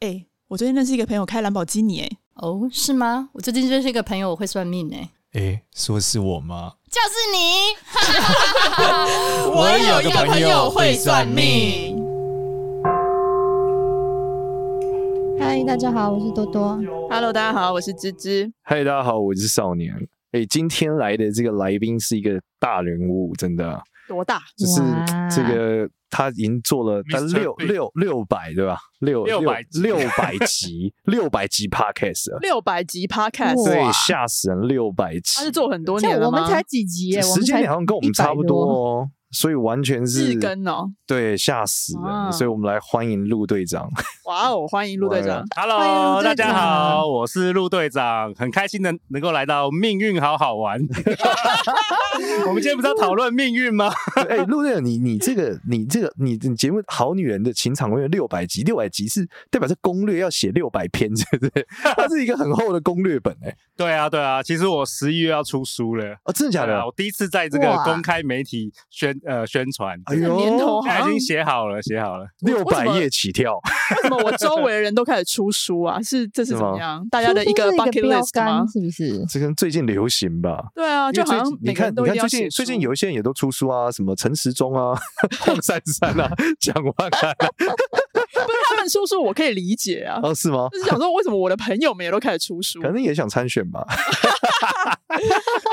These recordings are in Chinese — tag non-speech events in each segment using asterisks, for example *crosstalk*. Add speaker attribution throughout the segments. Speaker 1: 哎、我最近认识一个朋友开兰博基尼、哎，
Speaker 2: 哦，是吗？我最近认识一个朋友，我会算命呢、
Speaker 3: 诶，说是我吗？
Speaker 2: 就是你。
Speaker 3: 我有个朋友会算命。
Speaker 4: 嗨，大家好，我是多多。
Speaker 1: Hello，大家好，我是芝芝。
Speaker 5: 嗨，大家好，我是少年。哎、今天来的这个来宾是一个大人物，真的，啊
Speaker 1: 多大？
Speaker 5: 就是
Speaker 4: 哇
Speaker 5: 这个他已经做了他
Speaker 3: Mr.
Speaker 5: 六
Speaker 3: Big
Speaker 5: 六六百对吧？六
Speaker 3: 600集
Speaker 5: 六百集六百集 podcast，了
Speaker 1: 六百集 Podcast，
Speaker 5: 对，吓死人，六百集
Speaker 1: 他，是做很多
Speaker 4: 像
Speaker 1: 年了
Speaker 4: 我们
Speaker 1: 吗
Speaker 4: 才几集耶，我
Speaker 5: 时
Speaker 4: 们
Speaker 5: 间
Speaker 4: 才
Speaker 5: 点好像跟我们
Speaker 4: 100
Speaker 5: 差不多哦，所以完全
Speaker 1: 日
Speaker 5: 是
Speaker 1: 更哦。
Speaker 5: 对，吓死人
Speaker 1: 啊
Speaker 5: 了。所以我们来欢迎陆队长。
Speaker 1: 哇哦，欢迎陆队长。
Speaker 4: 欢迎
Speaker 3: Hello，
Speaker 4: 陆队
Speaker 3: 大家好，
Speaker 4: 长
Speaker 3: 我是陆队长，很开心的能够来到《命运好
Speaker 1: *laughs*
Speaker 3: 好玩》。我们今天不是要讨论命运吗？
Speaker 5: 哎、陆队长，你你这个你这个你你节目《好女人的情场攻略》六百集，六百集是代表是攻略要写六百篇， *laughs* 对不对？它是一个很厚的攻略本哎、
Speaker 3: 对啊，对啊，其实我十一月要出书了。
Speaker 5: 哦，真的假
Speaker 3: 对
Speaker 5: 的？ *laughs*
Speaker 3: 啊，我第一次在这个
Speaker 4: 哇
Speaker 3: 公开媒体宣呃宣传，
Speaker 5: 哎
Speaker 1: 这个年头
Speaker 5: 呦
Speaker 1: 好，
Speaker 3: 现在已经写好了，写好了。
Speaker 5: 六
Speaker 1: 为什
Speaker 5: 百
Speaker 1: 么
Speaker 5: 页起跳，
Speaker 1: 为什么我周围的人都开始出书
Speaker 5: *laughs*
Speaker 1: 啊？是这是
Speaker 5: 是
Speaker 1: 怎
Speaker 5: 吗
Speaker 1: 么样？大家的一
Speaker 4: 这
Speaker 1: 个
Speaker 4: 是
Speaker 1: bucket
Speaker 4: 标
Speaker 1: list 吗
Speaker 4: 杆？是不是？
Speaker 5: 嗯这跟最近流行吧？
Speaker 1: 对啊，
Speaker 5: 因
Speaker 1: 就
Speaker 5: 为
Speaker 1: 好
Speaker 5: 最
Speaker 1: 像
Speaker 5: 近你
Speaker 1: 每个
Speaker 5: 看，
Speaker 1: 人
Speaker 5: 你
Speaker 1: 都一
Speaker 5: 看
Speaker 1: 定要
Speaker 5: 最
Speaker 1: 写
Speaker 5: 近
Speaker 1: 书
Speaker 5: 最近有一些人也都出书啊，什么陈时中啊、 *laughs* 黄珊珊啊、 *laughs* 蒋万安啊，
Speaker 1: *laughs* 不是他们出书，我可以理解啊。 *laughs*
Speaker 5: 哦是吗？
Speaker 1: 就是想说，为什么我的朋友们也都开始出书
Speaker 5: 可能也想参选吧。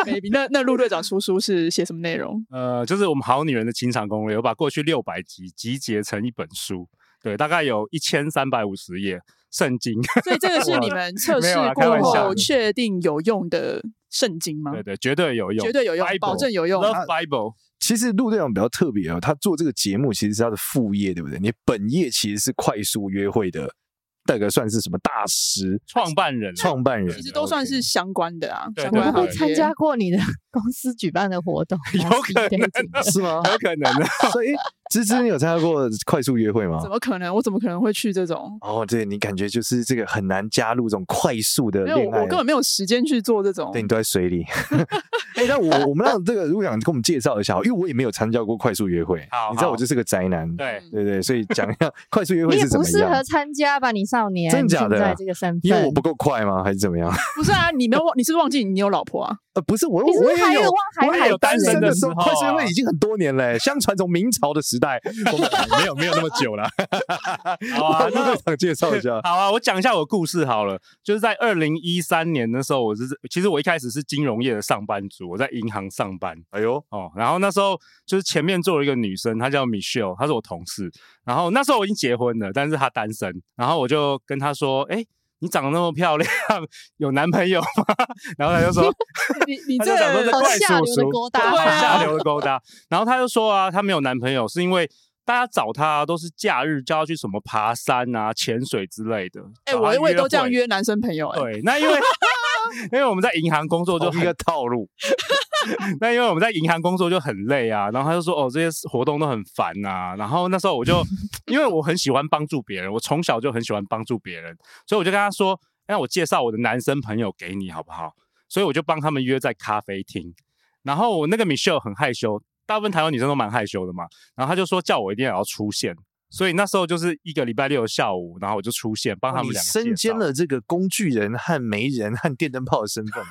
Speaker 1: ？maybe 那那陆队长出书是写什么内容？
Speaker 3: 呃，就是我们好女人的情场攻略，我把过去六百集集结成一本书，对，大概有一千三百五十页圣经，
Speaker 1: 所以这个是你们测
Speaker 3: 没
Speaker 1: 试
Speaker 3: 有啊啦开
Speaker 1: 过
Speaker 3: 玩笑
Speaker 1: 后
Speaker 3: 的
Speaker 1: 确定有用的圣经吗？
Speaker 3: *laughs* 对对，绝对有用，
Speaker 1: 啊绝对有用
Speaker 3: Bible，
Speaker 1: 保证有用啊
Speaker 3: Love Bible，
Speaker 5: 其实陆队长比较特别哦，他做这个节目其实是他的副业，对不对？你本业其实是快速约会的，大概算是什么大师
Speaker 3: 创办人，
Speaker 5: 创办人
Speaker 1: 其实都算是相关的啊，
Speaker 3: 对
Speaker 1: 相
Speaker 3: 对
Speaker 4: 我
Speaker 1: 关
Speaker 4: 会不会
Speaker 1: 行
Speaker 4: 参
Speaker 1: 业
Speaker 4: 加过你的公司举办的 *laughs* 活动？
Speaker 3: 有可能
Speaker 4: 啊
Speaker 5: 是
Speaker 1: *laughs*
Speaker 5: 吗？
Speaker 1: 哎
Speaker 3: 有可能的。
Speaker 5: 所以芝芝，你有参加过快速约会吗
Speaker 1: 怎？么可能？我怎么可能会去这种？
Speaker 5: 哦，对你感觉就是这个很难加入这种快速的
Speaker 1: 没有，
Speaker 5: 恋
Speaker 1: 我
Speaker 5: 爱
Speaker 1: 我根本
Speaker 5: 啊。
Speaker 1: 没有时间去做这种
Speaker 5: 对。你都在水里， *laughs* 哎、那我我们让这个陆队长给我们介绍一下哦，因为我也没有参加过快速约会，
Speaker 3: 好
Speaker 5: 你知道
Speaker 3: 好
Speaker 5: 我就是个宅男，
Speaker 3: 对，
Speaker 5: 对对，所以讲一下快速
Speaker 4: *laughs*
Speaker 5: 约
Speaker 4: 你
Speaker 5: 会
Speaker 4: 也
Speaker 5: 是怎
Speaker 4: 不
Speaker 5: 么
Speaker 4: 适合
Speaker 5: 样？
Speaker 4: 参加吧，你少年，
Speaker 5: 真的假
Speaker 4: 你
Speaker 5: 的
Speaker 4: 现在这个身份，
Speaker 5: 因为我不够快吗？还是怎么样？
Speaker 1: 不是啊，你没有忘，你是不是忘记你有老婆啊？
Speaker 5: 呃，不是我，
Speaker 4: 你是不
Speaker 5: 我
Speaker 4: 是还
Speaker 5: 也
Speaker 4: 有
Speaker 5: 有
Speaker 4: 忘还
Speaker 5: 我也
Speaker 4: 海
Speaker 5: 有
Speaker 4: 盗
Speaker 5: 单身的
Speaker 3: 的
Speaker 5: 时
Speaker 3: 时
Speaker 5: 候，
Speaker 3: 候
Speaker 5: 快速约
Speaker 3: 啊
Speaker 5: 会已经很多年嘞、相传从明朝的时代，我们
Speaker 3: 没有没有那么久了。好
Speaker 5: 把 *laughs*
Speaker 3: 啊，
Speaker 5: 陆
Speaker 3: 那。
Speaker 5: 队长介绍一下
Speaker 3: 好啊，我讲一下我的故事好了，就是在二零一三年的时候，我是其实我一开始是金融业的上班族，我在银行上班
Speaker 5: 哎呦，
Speaker 3: 哦。然后那时候就是前面坐了一个女生，她叫 Michelle，她是我同事。然后那时候我已经结婚了，但是她单身。然后我就跟她说：“哎、你长得那么漂亮， *laughs* 有男朋友吗？”然后她就说
Speaker 1: 你你：“
Speaker 3: 她
Speaker 1: 这
Speaker 3: 就想说这
Speaker 4: 好
Speaker 3: 怪
Speaker 4: 下
Speaker 3: 叔
Speaker 4: 流的
Speaker 3: 叔，
Speaker 4: 勾
Speaker 3: *laughs* 对啊
Speaker 4: 搭
Speaker 3: 好
Speaker 1: 法
Speaker 3: 下流的勾搭。”然后她就说：“啊，她没有男朋友，是因为。”大家找她都是假日，叫她去什么爬山啊、潜水之类的。
Speaker 1: 哎、
Speaker 3: 找她
Speaker 1: 我我也都这样
Speaker 3: 会
Speaker 1: 约男生朋友、哎，
Speaker 3: 对，那因为因为我们在银行工作就
Speaker 5: 就一
Speaker 3: 很
Speaker 5: 个，套路，
Speaker 3: *laughs* 那因为我们在银行工作就很累啊，然后他就说哦这些活动都很烦啊，然后那时候我就因为我很喜欢帮助别人，我从小就很喜欢帮助别人，所以我就跟他说，哎那我介绍我的男生朋友给你好不好？所以我就帮他们约在咖啡厅，然后我那个 Michelle 很害羞，大部分台湾女生都蛮害羞的嘛，然后他就说叫我一定要出现。所以那时候就是一个礼拜六的下午，然后我就出现帮他们
Speaker 5: 你
Speaker 3: 两个
Speaker 5: 身
Speaker 3: 介
Speaker 5: 兼
Speaker 3: 绍
Speaker 5: 了这个工具人和媒人和电灯泡的身份，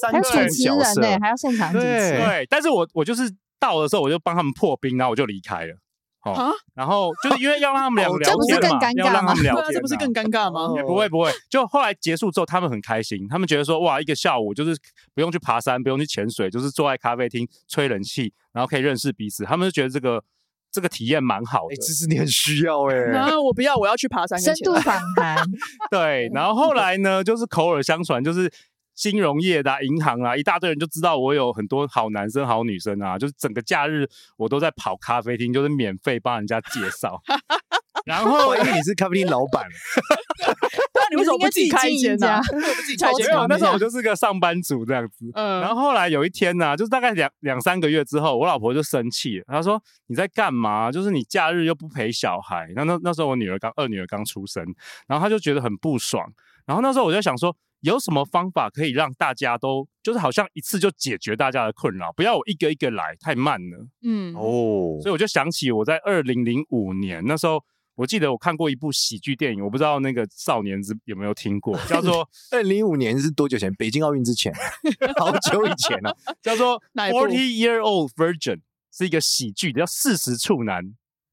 Speaker 5: 三
Speaker 4: 还有
Speaker 5: 种
Speaker 4: 主持
Speaker 5: 角
Speaker 4: 人
Speaker 5: 色
Speaker 4: 呢、。还要现场主持
Speaker 5: 对哎
Speaker 4: 人。
Speaker 3: 对，但是我我就是到的时候，我就帮他们破冰，然后我就离开了。
Speaker 1: 啊
Speaker 3: 哦，然后就是因为要让他们
Speaker 5: 哦
Speaker 3: 聊
Speaker 5: 这
Speaker 3: 聊
Speaker 5: 不是
Speaker 3: 天
Speaker 4: 更
Speaker 3: 嘛
Speaker 4: 尴
Speaker 3: 要
Speaker 4: 尬
Speaker 3: 让
Speaker 4: 吗
Speaker 3: 他们聊
Speaker 1: 对
Speaker 3: 天
Speaker 1: 啊，
Speaker 3: 啊，
Speaker 1: *laughs* 这不是更尴尬吗？
Speaker 3: 也不会不会，就后来结束之后，他们很开心，他们觉得说哇，一个下午就是不用去爬山，不用去潜水，就是坐在咖啡厅吹冷气，然后可以认识彼此，他们就觉得这个这个体验蛮好
Speaker 5: 哎，
Speaker 3: 的。
Speaker 5: 这是你很需要哎、
Speaker 1: 啊，我不要，我要去爬山
Speaker 4: 深
Speaker 1: 跟潜
Speaker 4: 度
Speaker 1: 水。
Speaker 4: 访谈， *laughs*
Speaker 3: 对，然后后来呢，就是口耳相传，就是金融业的、啊、银行啊，一大堆人就知道我有很多好男生、好女生啊，就是整个假日我都在跑咖啡厅，就是免费帮人家介绍。然后
Speaker 5: 哦因为你是咖啡厅老板，
Speaker 1: 那你为什么不自己开一间呢？ *laughs*
Speaker 4: 你
Speaker 1: 为什么不自己开一
Speaker 3: 没
Speaker 1: 间
Speaker 3: 有，那时候我就是个上班族这样子。
Speaker 1: 嗯，
Speaker 3: 啊然后后来有一天呢、就是大概两两三个月之后，我老婆就生气了，她说：“你在干嘛？就是你假日又不陪小孩。”那那那时候我女儿刚二女儿刚出生，然后她就觉得很不爽。然后那时候我就想说，有什么方法可以让大家都就是好像一次就解决大家的困扰，不要我一个一个来，太慢了。
Speaker 2: 嗯，
Speaker 5: 哦
Speaker 3: 所以我就想起我在二零零五年那时候，我记得我看过一部喜剧电影，我不知道那个少年子有没有听过，叫做
Speaker 5: 二零一五年是多久前？北京奥运之前，好久以前了、
Speaker 1: *laughs*
Speaker 3: 叫做
Speaker 1: 哪一部
Speaker 3: Forty Year Old Virgin，是一个喜剧，叫四十处男。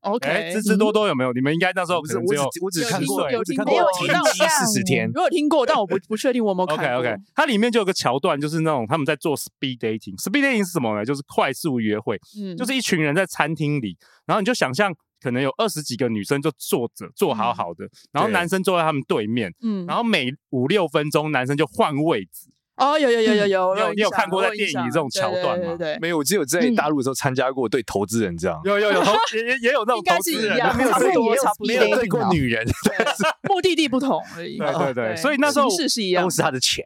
Speaker 3: 哎，
Speaker 1: 哦 OK，嗯
Speaker 3: 芝芝多多有没有？你们应该那时候
Speaker 5: 不是，
Speaker 3: 可能
Speaker 5: 我
Speaker 3: 只
Speaker 5: 只
Speaker 3: 有
Speaker 5: 我只
Speaker 1: 有
Speaker 5: 看
Speaker 1: 听
Speaker 5: 过，
Speaker 1: 过有
Speaker 5: 我只
Speaker 1: 听
Speaker 5: 看
Speaker 1: 过
Speaker 5: 过
Speaker 1: 我
Speaker 5: 停
Speaker 1: 到
Speaker 5: 机
Speaker 4: 这
Speaker 5: 四十
Speaker 4: 样
Speaker 5: 天
Speaker 1: 我有听过，但我
Speaker 3: *laughs*
Speaker 1: 不不确定我有没有看
Speaker 3: OK
Speaker 1: 过。
Speaker 3: OK，它里面就有个桥段，就是那种他们在做 speed dating。speed dating 是什么呢？就是快速约会，
Speaker 1: 嗯，
Speaker 3: 就是一群人在餐厅里，然后你就想象可能有二十几个女生就坐着坐好好的，然后
Speaker 5: 对
Speaker 3: 男生坐在他们对面，
Speaker 1: 嗯，
Speaker 3: 然后每五六分钟男生就换位置。
Speaker 1: 哦，有有有有有，
Speaker 3: 你有
Speaker 1: 我
Speaker 3: 你有
Speaker 1: 印象
Speaker 3: 看过在
Speaker 1: 我
Speaker 3: 电影
Speaker 1: 印
Speaker 3: 这种
Speaker 1: 象
Speaker 3: 桥段
Speaker 1: 对
Speaker 3: 吗
Speaker 1: 对对对，
Speaker 5: 没有，我只有在大陆的时候参加过对投资人这样，
Speaker 3: 有
Speaker 1: *laughs*
Speaker 3: 有有投也也也有那种
Speaker 1: 应该
Speaker 3: 投
Speaker 1: 是
Speaker 3: 资
Speaker 1: 一
Speaker 3: 人啊
Speaker 1: 样，
Speaker 3: 没有
Speaker 1: 差不
Speaker 4: 所以也
Speaker 1: 多
Speaker 4: 有
Speaker 1: 差不
Speaker 5: *laughs* 没
Speaker 1: 多
Speaker 4: 对
Speaker 5: 有
Speaker 4: speed
Speaker 5: 对过女人，
Speaker 1: 目的地不同而已。哦
Speaker 3: 对对对，所以那时候
Speaker 1: 形式是一样
Speaker 5: 都，是他的钱。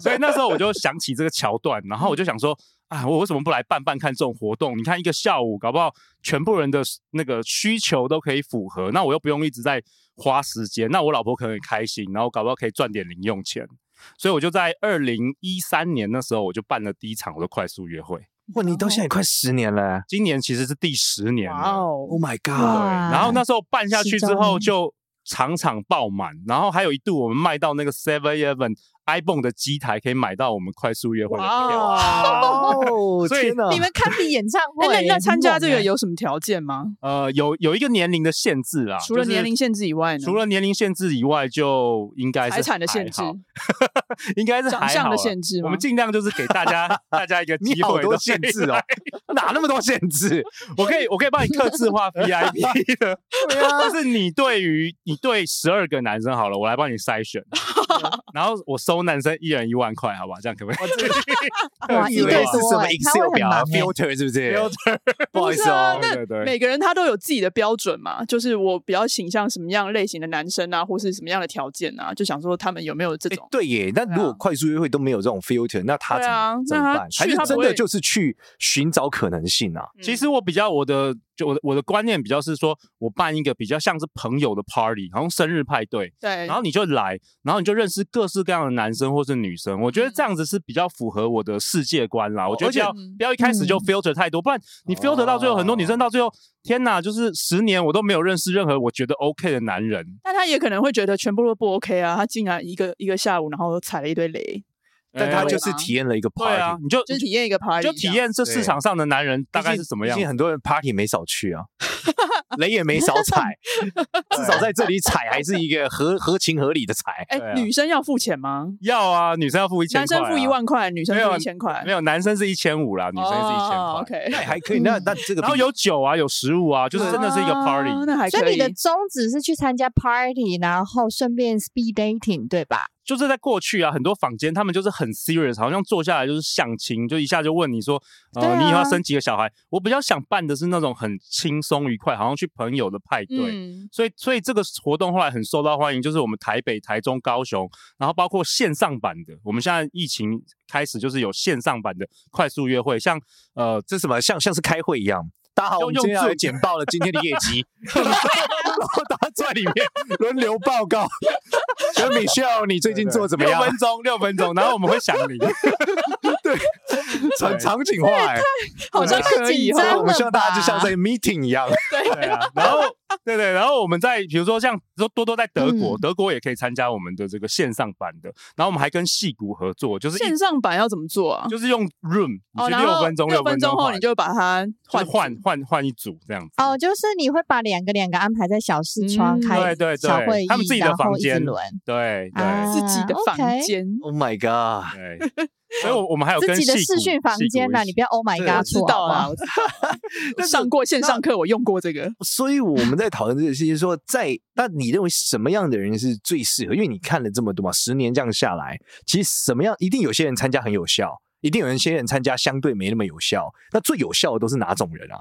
Speaker 3: 所以那时候我就想起这个桥段，然后我就想说，啊，我为什么不来办办看这种活动？你看一个下午，搞不好全部人的那个需求都可以符合，那我又不用一直在花时间，那我老婆可能很开心，然后搞不好可以赚点零用钱。所以我就在二零一三年那时候，我就办了第一场我的快速约会。
Speaker 5: 哇，你到现在也快十年了、
Speaker 3: 今年其实是第十年了，
Speaker 1: 哇哦
Speaker 5: o h，my god！
Speaker 4: 哇
Speaker 3: 然后那时候办下
Speaker 4: 十
Speaker 3: 去之
Speaker 4: 周
Speaker 3: 后
Speaker 4: 年
Speaker 3: 就场场爆满，然后还有一度我们卖到那个 Seven Eleven iPhone 的机台可以买到我们快速约会的票。
Speaker 5: *laughs*
Speaker 1: 哇哦！
Speaker 5: 哦，
Speaker 3: 所以
Speaker 5: 天哪！
Speaker 4: 们堪比演唱
Speaker 1: 哎
Speaker 4: 会
Speaker 1: 那
Speaker 4: 耶，
Speaker 1: 那参加
Speaker 4: 很
Speaker 1: 这
Speaker 4: 猛
Speaker 1: 个
Speaker 4: 耶
Speaker 1: 有什么条件吗？
Speaker 3: 呃，有有一个年龄的限制啦，
Speaker 1: 除了
Speaker 3: 啊就是
Speaker 1: 年龄限制以外呢
Speaker 3: 除了年龄限制以外，就应该是
Speaker 1: 财产的
Speaker 3: 还
Speaker 1: 限制
Speaker 3: 好，应该是
Speaker 1: 长
Speaker 3: 还
Speaker 1: 相的
Speaker 3: 好啦
Speaker 1: 限制
Speaker 3: 我们
Speaker 1: 吗
Speaker 3: 尽量就是给大家
Speaker 1: *laughs*
Speaker 3: 大家一个
Speaker 5: 你
Speaker 3: 机
Speaker 5: 好
Speaker 3: 会，
Speaker 5: 多限制哦。， *laughs* 哪那么多限制？
Speaker 3: *laughs* 我可以我可以帮你刻字
Speaker 1: *laughs*
Speaker 3: 化 VIP 的，对啊，就是你对于你对十二个男生好了，我来帮你
Speaker 1: *laughs*
Speaker 3: 筛选，然后我收男生一人一万块，好吧，这样可不可以？
Speaker 4: 哇
Speaker 5: 你
Speaker 4: 一
Speaker 5: 以为
Speaker 4: 对
Speaker 5: 是
Speaker 4: 多
Speaker 5: 什么
Speaker 4: 哎他会
Speaker 5: Excel
Speaker 4: 很
Speaker 5: 表啊
Speaker 4: 忙哎
Speaker 5: filter 是不是
Speaker 3: filter
Speaker 5: *laughs* 不好意思哦
Speaker 1: 不是啊，
Speaker 3: 对对对
Speaker 1: 每个人他都有自己的标准嘛，就是我比较倾向什么样类型的男生啊，或是什么样的条件啊，就想说他们有没有这
Speaker 5: 哎
Speaker 1: 种。
Speaker 5: 对耶，那
Speaker 1: 对啊
Speaker 5: 如果快速约会都没有这种 filter，那他怎
Speaker 1: 对啊
Speaker 5: 么怎么
Speaker 1: 那他
Speaker 5: 办？
Speaker 1: 去
Speaker 5: 还是
Speaker 1: 他不
Speaker 5: 真的
Speaker 1: 会
Speaker 5: 就是去寻找可能性啊？
Speaker 3: 其实我比较我的就我的我的观念比较是说，我办一个比较像是朋友的 party，好像生日派对，
Speaker 1: 对，
Speaker 3: 然后你就来，然后你就认识各式各样的男生或是女生。我觉得
Speaker 1: 嗯
Speaker 3: 这样子是比较符合我的世界观啦。
Speaker 1: 哦
Speaker 3: 我觉得
Speaker 5: 而
Speaker 3: 不
Speaker 5: 且
Speaker 3: 要不要一开始就
Speaker 1: 嗯
Speaker 3: filter 太多，不然你 filter 到最后，很多女
Speaker 1: 哦
Speaker 3: 生到最后，天哪，就是十年我都没有认识任何我觉得 OK 的男人。
Speaker 1: 但他也可能会觉得全部都不 OK 啊，他竟然一个一个下午，然后踩了一堆雷，
Speaker 5: 但
Speaker 3: 哎
Speaker 5: 他
Speaker 3: 我
Speaker 5: 就是体验了一个
Speaker 3: 对啊
Speaker 5: party，，
Speaker 3: 你就
Speaker 1: 就是体验一个 party，
Speaker 3: 就体
Speaker 1: 这样。
Speaker 3: 验这市场上的男人大概是什么样
Speaker 5: 毕
Speaker 3: 子
Speaker 5: 竟。很多人 party 没少去
Speaker 3: *laughs*
Speaker 5: 啊，雷也没少踩，至少在这里踩还是一个合合情合理的踩。
Speaker 1: 哎、
Speaker 3: 对啊
Speaker 1: 女生要付钱吗？
Speaker 3: 要啊，女生要付一千、啊
Speaker 1: 男生付一，万块，女生
Speaker 3: 没有
Speaker 1: 付一千块，
Speaker 3: 没有，男生是一千五啦，女生是一千
Speaker 1: 哦
Speaker 3: 块。
Speaker 1: OK，
Speaker 5: 那也还可以，那那这个
Speaker 3: 嗯然后
Speaker 5: 比
Speaker 3: 有酒啊，有食物啊，就是真的是一个 party。
Speaker 1: 啊那还可
Speaker 4: 所以你的
Speaker 1: 以
Speaker 4: 宗旨是去参加 party，然后顺便 speed dating，对吧？
Speaker 3: 就是在过去啊，很多坊间他们就是很 serious，好像坐下来就是相亲，就一下就问你说，呃，
Speaker 4: 对啊
Speaker 3: 你以后要生几个小孩？我比较想办的是那种很轻松愉快，好像去朋友的派对。
Speaker 1: 嗯，
Speaker 3: 所以，所以这个活动后来很受到欢迎，就是我们台北、台中、高雄，然后包括线上版的。我们现在疫情开始，就是有线上版的快速约会，像呃，
Speaker 5: 这什么像像是开会一
Speaker 3: *laughs*
Speaker 5: 样。大家好，
Speaker 3: 用
Speaker 5: 我们今天要
Speaker 3: 用
Speaker 5: 来简报了今天的业
Speaker 3: *laughs*
Speaker 5: 绩，然后大家坐在里面轮流报告。所以哎 Michelle，你最近做怎么样
Speaker 3: 六？分钟，六分钟，然后我们会响铃。
Speaker 5: 场场景化、欸，
Speaker 1: 好像
Speaker 4: 太
Speaker 1: 可以
Speaker 4: 紧
Speaker 1: 哦
Speaker 4: 张
Speaker 5: 我们希望大家就
Speaker 4: 吧
Speaker 5: 像在 meeting 一
Speaker 3: *laughs*
Speaker 5: 样。
Speaker 3: 对啊，然后对对，然后我们在比如说像多多多在德
Speaker 1: 嗯
Speaker 3: 国，德国也可以参加我们的这个线上版的，然后我们还跟戏骨合作，就是一
Speaker 1: 线上版要怎么做啊？
Speaker 3: 就是用 Room，你
Speaker 1: 哦，
Speaker 3: 去
Speaker 1: 然
Speaker 3: 六
Speaker 1: 后
Speaker 3: 分钟，
Speaker 1: 六
Speaker 3: 分
Speaker 1: 分钟后
Speaker 3: 换
Speaker 1: 你就把它
Speaker 3: 就是
Speaker 1: 换
Speaker 3: 换换换一组这样子。
Speaker 4: 哦，就是你会把两个两个安排在小视窗
Speaker 1: 嗯
Speaker 4: 开
Speaker 3: 对对
Speaker 4: 小
Speaker 3: 对
Speaker 4: 会议，
Speaker 3: 他们自己的
Speaker 4: 然后
Speaker 3: 房
Speaker 4: 一直
Speaker 3: 间
Speaker 4: 轮
Speaker 3: 对
Speaker 4: 啊
Speaker 3: 对
Speaker 1: 自己的房
Speaker 4: ，OK
Speaker 1: 间。
Speaker 5: Oh my god！
Speaker 3: 对，所以
Speaker 1: 哦
Speaker 3: 我我们还有跟
Speaker 4: 自己的
Speaker 3: 戏
Speaker 4: 视
Speaker 3: 骨
Speaker 4: 讯房
Speaker 3: 戏骨
Speaker 4: 间呐，
Speaker 1: 啊
Speaker 3: 一
Speaker 4: 你
Speaker 3: 起
Speaker 4: 不要 Oh my
Speaker 5: 对
Speaker 4: God，
Speaker 1: 我知道
Speaker 4: 啊
Speaker 1: 啊，，我知道 *laughs* 啊，我上过线上课，我用过这个。
Speaker 5: 所以我们在讨论这个事情，说在那你认为什么样的人是最适合？因为你看了这么多嘛，十年这样下来，其实什么样一定有些人参加很有效，一定有一些人参加相对没那么有效。那最有效的都是哪种人啊？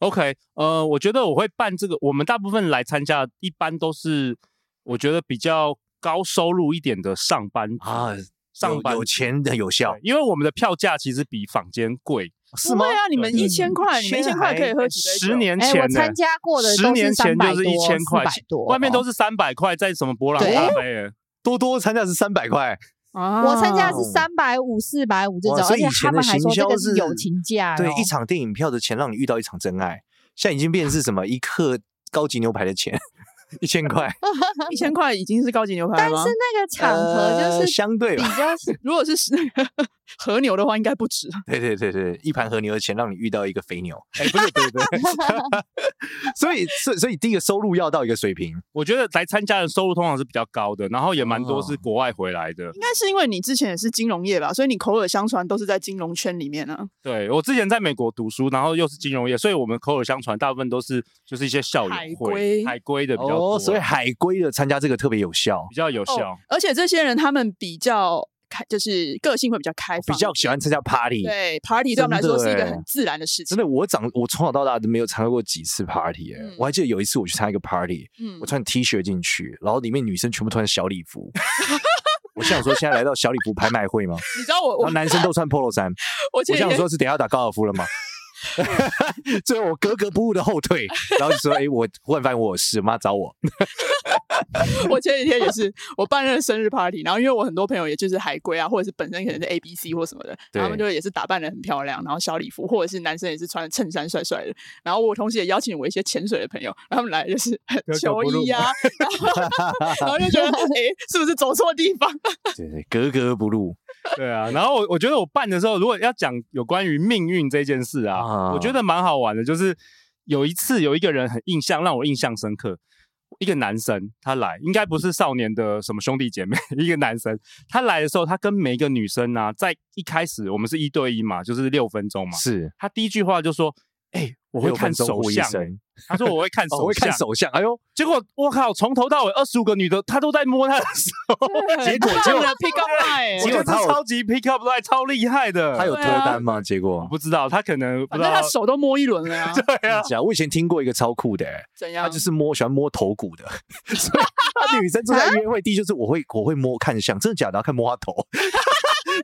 Speaker 3: OK，呃，我觉得我会办这个，我们大部分来参加，一般都是我觉得比较高收入一点的上班族
Speaker 5: *laughs* 啊，
Speaker 3: 上
Speaker 5: 有
Speaker 3: 班
Speaker 5: 有
Speaker 3: 族
Speaker 5: 钱的有效
Speaker 3: 对，因为我我们的票价其实比坊间贵，
Speaker 5: 是
Speaker 1: 不
Speaker 5: 吗
Speaker 1: 会？啊，你们一千块，你们一千块可以喝几杯酒
Speaker 3: 十年
Speaker 4: 哎、
Speaker 3: 前、呢，
Speaker 4: 我参加过的
Speaker 3: 十
Speaker 4: 都
Speaker 3: 年
Speaker 4: 是
Speaker 3: 前
Speaker 4: 三百
Speaker 3: 就是
Speaker 4: 多、
Speaker 3: 一千块
Speaker 4: 400多，
Speaker 3: 外面都是三百块，在什么博朗
Speaker 4: 对
Speaker 3: 咖啡、欸？
Speaker 5: 多多参加是三百块，
Speaker 1: 啊
Speaker 4: 我参加的是三百五、四百五这种，
Speaker 5: 哇所
Speaker 4: 而
Speaker 5: 以
Speaker 4: 且
Speaker 5: 以
Speaker 4: 他
Speaker 5: 前的
Speaker 4: 们还
Speaker 5: 行
Speaker 4: 说这
Speaker 5: 销
Speaker 4: 个
Speaker 5: 是
Speaker 4: 是友情价、哦，
Speaker 5: 对，一场电影票的钱让你遇到一场真爱，现在已经变成是什么一克高级牛排的钱， *laughs* 一千块，
Speaker 1: 一千块已经是高级牛排
Speaker 4: 但
Speaker 1: 了
Speaker 4: 是
Speaker 1: 吗？
Speaker 4: 那个场合就
Speaker 5: 呃
Speaker 4: 是
Speaker 5: 相对
Speaker 4: 比
Speaker 5: 吧，
Speaker 4: 较
Speaker 1: *laughs* 如果是十和牛的话，应该不止。
Speaker 5: 对对对对，一盘和牛的钱让你遇到一个肥牛，
Speaker 3: 哎、不是，对对对，
Speaker 5: *laughs* 所以所以所以第一个收入要到一个水平，
Speaker 3: 我觉得来参加的收入通常是比较高的，然后也蛮多是
Speaker 1: 嗯
Speaker 3: 国外回来的。
Speaker 1: 应该是因为你之前也是金融业吧，所以你口耳相传都是在金融圈里面啊。
Speaker 3: 对我之前在美国读书，然后又是金融业，所以我们口耳相传大部分都是就是一些校
Speaker 1: 海
Speaker 3: 友会、
Speaker 1: 归
Speaker 3: 海归的比较多，
Speaker 5: 哦所以海归的参加这个特别有效
Speaker 3: 比，较有效。
Speaker 1: 而且这些人他们比较开，就是个性会比较开
Speaker 5: 比
Speaker 1: 放，
Speaker 5: 较喜欢参加 party。
Speaker 1: 对 party 对我们来
Speaker 5: 真的
Speaker 1: 说是一个
Speaker 5: 欸
Speaker 1: 很自然的事情
Speaker 5: 真。的，我长我从小到大都没有参加过几次 party，、欸
Speaker 1: 嗯
Speaker 5: 我还记得有一次我去参加一个 party，
Speaker 1: 嗯
Speaker 5: 我穿 T 恤进去，然后里面女生全部穿小礼
Speaker 1: *laughs*
Speaker 5: 服。我想说，现在来到小礼服拍卖会吗？
Speaker 1: 你知道 *laughs* 我
Speaker 5: 然后
Speaker 1: 我
Speaker 5: 男生都穿 polo 衫，
Speaker 1: 我
Speaker 5: 我
Speaker 1: 前几
Speaker 5: 想
Speaker 1: 天
Speaker 5: 说是等一下要打高尔夫 *laughs* 了吗？最后我格格不入的后退，然后就说：“哎、我忽然发现我有事，妈找我。
Speaker 1: *laughs* 我前几天也是，我办那个生日 party，然后因为我很多朋友也就是海归啊，或者是本身可能是 A B C 或什么的，然后他们
Speaker 5: 对
Speaker 1: 就也是打扮的很漂亮，然后小礼服，或者是男生也是穿的衬衫帅帅的。然后我同时也邀请我一些潜水的朋友，然后他们来就是 *laughs* 很
Speaker 3: 格格
Speaker 1: 球
Speaker 3: 不入
Speaker 1: 衣
Speaker 3: *laughs*
Speaker 1: 啊，然后然后就觉得诶，是不是走错地方？”
Speaker 5: 对对，格格不入。
Speaker 3: *laughs* 对啊，然后我我觉得我办的时候，如果要讲有关于命运这件事啊，
Speaker 5: 啊
Speaker 3: 我觉得蛮好玩的。就是有一次有一个人很印象让我印象深刻，一个男生他来，应该不是少年的什么兄弟姐妹， *laughs* 一个男生他来的时候，他跟每一个女生啊，在一开始我们是一对一嘛，就是六分钟嘛，
Speaker 5: 是，
Speaker 3: 他第一句话就说：“哎、我会
Speaker 5: 六
Speaker 3: 看
Speaker 5: 分钟
Speaker 3: 手
Speaker 5: 护一
Speaker 3: 相、
Speaker 5: 生
Speaker 3: 他说：“我会看手
Speaker 5: 哦
Speaker 3: 相。
Speaker 5: 我会看手相。哎呦， *laughs*
Speaker 3: 结果我靠，从头到尾二十五个女的，他都在摸他的
Speaker 5: *laughs*
Speaker 3: 手，
Speaker 5: 结果结果
Speaker 1: pick up line，
Speaker 3: 我
Speaker 5: 结
Speaker 3: 觉
Speaker 5: 果
Speaker 3: 得
Speaker 5: 他有
Speaker 3: 这超级 pick up line 超厉害的。
Speaker 5: 他有脱
Speaker 1: 对啊
Speaker 5: 单吗？结
Speaker 3: 我
Speaker 5: 果
Speaker 3: 不知道，他可能不
Speaker 1: 反
Speaker 3: 知
Speaker 1: 正
Speaker 3: 道
Speaker 1: 他手都摸一轮了啊，
Speaker 3: *laughs* 对啊，
Speaker 5: 讲，我以前听过一个超酷的、欸，
Speaker 1: 怎
Speaker 5: 他
Speaker 1: 样？
Speaker 5: 就是摸喜欢摸头骨的， *laughs* 所以他女生出来约会第一就是我会我会摸看相，真的假的？要看摸他头。 *laughs*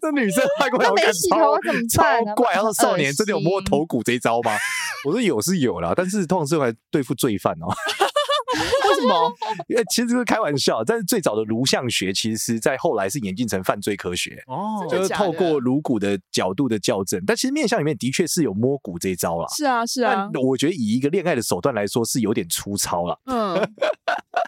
Speaker 5: 这女生她过来
Speaker 4: 那
Speaker 5: 我
Speaker 4: 没
Speaker 5: 看
Speaker 4: 洗
Speaker 5: 超
Speaker 4: 头怎么办
Speaker 5: 超
Speaker 4: 啊
Speaker 5: 怪，她
Speaker 4: 很
Speaker 5: 说少
Speaker 4: 恶
Speaker 5: 年真的有摸
Speaker 4: 心
Speaker 5: 头骨这一招吗？ *laughs* 我说有是有啦，但是通常是用来对付罪犯哦。 *laughs*
Speaker 1: 为什么？
Speaker 5: 因为其实是开玩笑，但是最早的颅相学其实在后来是演进成犯罪科学。
Speaker 3: 哦
Speaker 1: 真
Speaker 5: 就
Speaker 1: 的
Speaker 5: 是
Speaker 1: 假
Speaker 5: 透
Speaker 1: 的
Speaker 5: 过颅骨的角度的校正，但其实面相里面的确是有摸骨这一招啦。
Speaker 1: 是啊，是啊
Speaker 5: 但，我觉得以一个恋爱的手段来说是有点粗糙啦。
Speaker 3: *laughs*
Speaker 1: 嗯，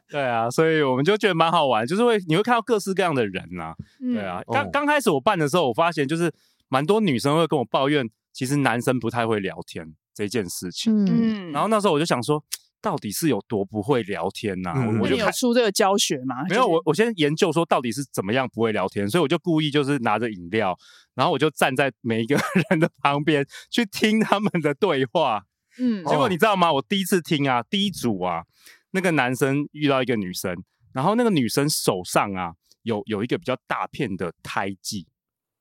Speaker 3: 对啊，所以我们就觉得蛮好玩，就是会你会看到各式各样的人啊，
Speaker 1: 嗯
Speaker 3: 对
Speaker 5: 嗯
Speaker 3: 啊，
Speaker 5: 哦
Speaker 3: 刚刚开始我办的时候，我发现就是蛮多女生会跟我抱怨，其实男生不太会聊天这件事情，
Speaker 4: 嗯，
Speaker 1: 嗯
Speaker 3: 然后那时候我就想说，到底是有多不会聊天呐、
Speaker 5: 嗯
Speaker 3: 我
Speaker 1: 那
Speaker 3: 就
Speaker 1: 你
Speaker 3: 看
Speaker 1: 有出这个教学吗？
Speaker 3: 没
Speaker 1: 就
Speaker 3: 有，
Speaker 1: 是
Speaker 3: 我我先研究说到底是怎么样不会聊天，所以我就故意就是拿着饮料，然后我就站在每一个 *laughs* 人的旁边去听他们的对话。
Speaker 1: 嗯
Speaker 3: 结果
Speaker 5: 哦
Speaker 3: 你知道吗？我第一次听啊，第一组啊，那个男生遇到一个女生，然后那个女生手上啊有有一个比较大片的胎记。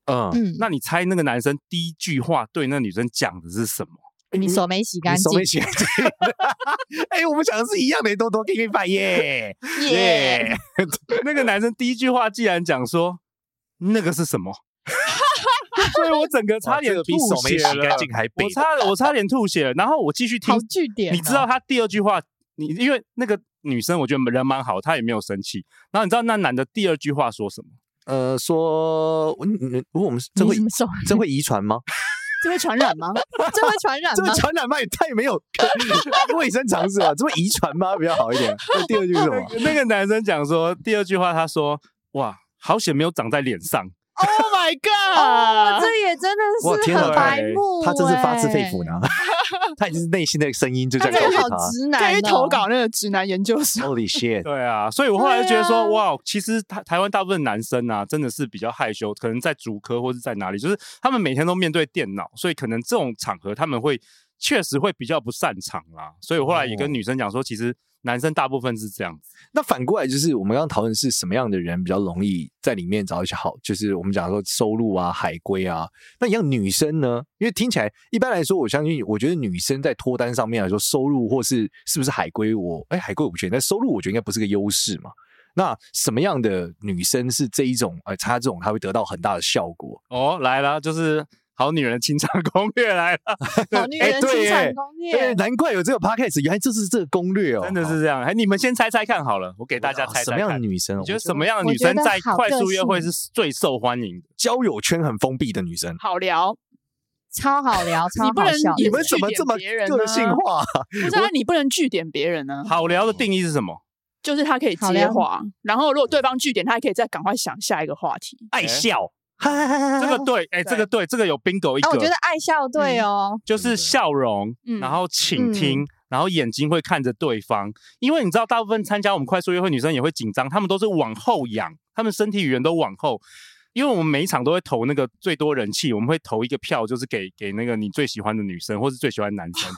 Speaker 5: 嗯，
Speaker 4: 嗯
Speaker 3: 那你猜那个男生第一句话对那女生讲的是什么？
Speaker 4: 你手没洗干
Speaker 5: 你手
Speaker 4: 净
Speaker 5: 没，洗干净。 *laughs* 哎，我们讲的是一样的，多多给你拜耶耶。
Speaker 3: 那个男生第一句话竟然讲说那个是什么？ *laughs* 所以我整个差点
Speaker 5: 这个比
Speaker 3: 吐
Speaker 5: 手没
Speaker 3: 血
Speaker 5: 洗
Speaker 3: 了
Speaker 5: 干净还北
Speaker 3: 我。差我差点吐血了，然后我继续听
Speaker 4: 好，据点、哦，
Speaker 3: 你知道他第二句话，你因为那个女生我觉得人蛮好，她也没有生气。然后你知道那男的第二句话说什么？
Speaker 5: 呃，说，嗯嗯如果我们这
Speaker 4: 你
Speaker 5: 会
Speaker 4: 什么手？
Speaker 5: 这会遗传吗？
Speaker 1: *laughs* 这会传染吗？
Speaker 4: *laughs* 这会传染
Speaker 5: *laughs* 这
Speaker 4: 吗
Speaker 5: 个？传染脉太没有卫生常
Speaker 4: *laughs*
Speaker 5: 识了，这会遗传吗？比较好一点。那第二句是什么？
Speaker 3: 那个男生讲说第二句话，他说哇，好险没有长在脸上。
Speaker 1: Oh my
Speaker 3: *laughs*
Speaker 4: 哦，
Speaker 1: god！
Speaker 4: 这也真
Speaker 5: 哇
Speaker 4: 的是
Speaker 5: 天啊
Speaker 4: 很白目、
Speaker 5: 他真是发自肺腑呢， *laughs* 他已经是内心的声音就这
Speaker 4: 哎，
Speaker 5: 样啊告
Speaker 4: 这个
Speaker 5: 诉
Speaker 4: 好
Speaker 5: 他。
Speaker 4: 直
Speaker 1: 可
Speaker 4: 男、
Speaker 1: 以
Speaker 4: 哦，
Speaker 1: 去投稿那个直男研究所。
Speaker 5: Holy shit！
Speaker 3: 对啊，所以我后来就觉得说，
Speaker 4: 对啊
Speaker 3: 哇，其实台台湾大部分男生啊，真的是比较害羞，可能在主科或是在哪里，就是他们每天都面对电脑，所以可能这种场合他们会确实会比较不擅长啦。所以我后来也
Speaker 5: 哦
Speaker 3: 跟女生讲说，其实男生大部分是这样子。
Speaker 5: 那反过来就是我们刚刚讨论是什么样的人比较容易在里面找一些好，就是我们讲说收入啊、海归啊。那一样女生呢？因为听起来一般来说，我相信，我觉得女生在脱单上面来说，收入或是是不是海归我，哎海归我不确定，但收入我觉得应该不是个优势嘛。那什么样的女生是这一种？呃，她这种她会得到很大的效果。
Speaker 3: 哦，来了，就是好女人的情场攻略来了，
Speaker 4: 好女
Speaker 5: 哎
Speaker 4: 人
Speaker 5: 对
Speaker 4: 情
Speaker 5: 耶
Speaker 4: 场攻
Speaker 5: 对，
Speaker 4: 略，
Speaker 5: 哎难怪有这个 podcast，原来这是这个攻略哦，
Speaker 3: 真的是这样。哎，你们先猜猜看好了，我给大家
Speaker 5: 哇
Speaker 3: 猜猜看。
Speaker 5: 什么样的女生？
Speaker 3: 你
Speaker 5: 我
Speaker 3: 觉
Speaker 5: 觉
Speaker 3: 得
Speaker 5: 得
Speaker 3: 什么样的
Speaker 4: 我
Speaker 3: 女
Speaker 4: 觉
Speaker 3: 生
Speaker 4: 得
Speaker 3: 在
Speaker 4: 好
Speaker 3: 快
Speaker 4: 个
Speaker 3: 速约会是
Speaker 4: 性
Speaker 3: 最受欢迎的？
Speaker 5: 交友圈很封闭的女生，
Speaker 1: 好聊，
Speaker 4: 超好聊，超
Speaker 1: 不
Speaker 4: 好
Speaker 1: 能
Speaker 4: 笑。
Speaker 1: 也
Speaker 5: 你们怎么
Speaker 1: 据点
Speaker 5: 这么
Speaker 1: 别人
Speaker 5: 个
Speaker 1: 啊
Speaker 5: 性化？
Speaker 1: 不是啊，你不能据点别人呢、
Speaker 3: 好聊的定义是什么？
Speaker 1: 就是他可以
Speaker 4: 好
Speaker 1: 接
Speaker 4: 聊
Speaker 1: 话，然后如果对方据点，他还可以再赶快想下一个话题。 *laughs*
Speaker 3: 爱笑，
Speaker 5: 这
Speaker 3: 这个对，哎，这个对，这个有 bingo 一
Speaker 4: 啊，我觉
Speaker 3: 个
Speaker 4: 得，爱笑
Speaker 1: 嗯
Speaker 4: 对哦，
Speaker 3: 就是笑容，
Speaker 2: 嗯
Speaker 3: 然后倾
Speaker 4: 嗯
Speaker 3: 听，然后眼睛会看着对方，因为你知道，大部分参加我们快速约会女生也会紧张，她们都是往后仰，她们身体语言都往后。因为我们每一场都会投那个最多人气，我们会投一个票，就是给给那个你最喜欢的女生或是最喜欢的男生。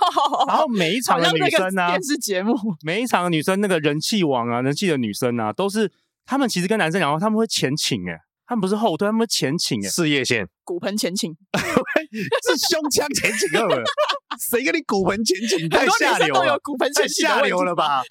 Speaker 3: 然后每一场
Speaker 1: 好
Speaker 3: 的
Speaker 1: 像
Speaker 3: 女
Speaker 1: 那
Speaker 3: 生啊呢、
Speaker 1: 个电视节目，
Speaker 3: 每一场的女生那个人气王啊，人气的女生啊，都是她们其实跟男生讲话，他们会前倾哎、她们不是后退，她们会前倾哎、
Speaker 5: 事业线
Speaker 1: 骨盆前倾，
Speaker 5: 是胸腔前倾二门，谁跟你骨盆前倾？
Speaker 1: 很
Speaker 5: 太
Speaker 1: 多女
Speaker 5: 下
Speaker 1: 生
Speaker 5: 流
Speaker 1: 都有
Speaker 5: 了，
Speaker 1: 骨盆
Speaker 5: 太
Speaker 1: 前倾的
Speaker 5: 下
Speaker 1: 问
Speaker 5: 流
Speaker 1: 题
Speaker 5: 了？吧？
Speaker 3: *laughs*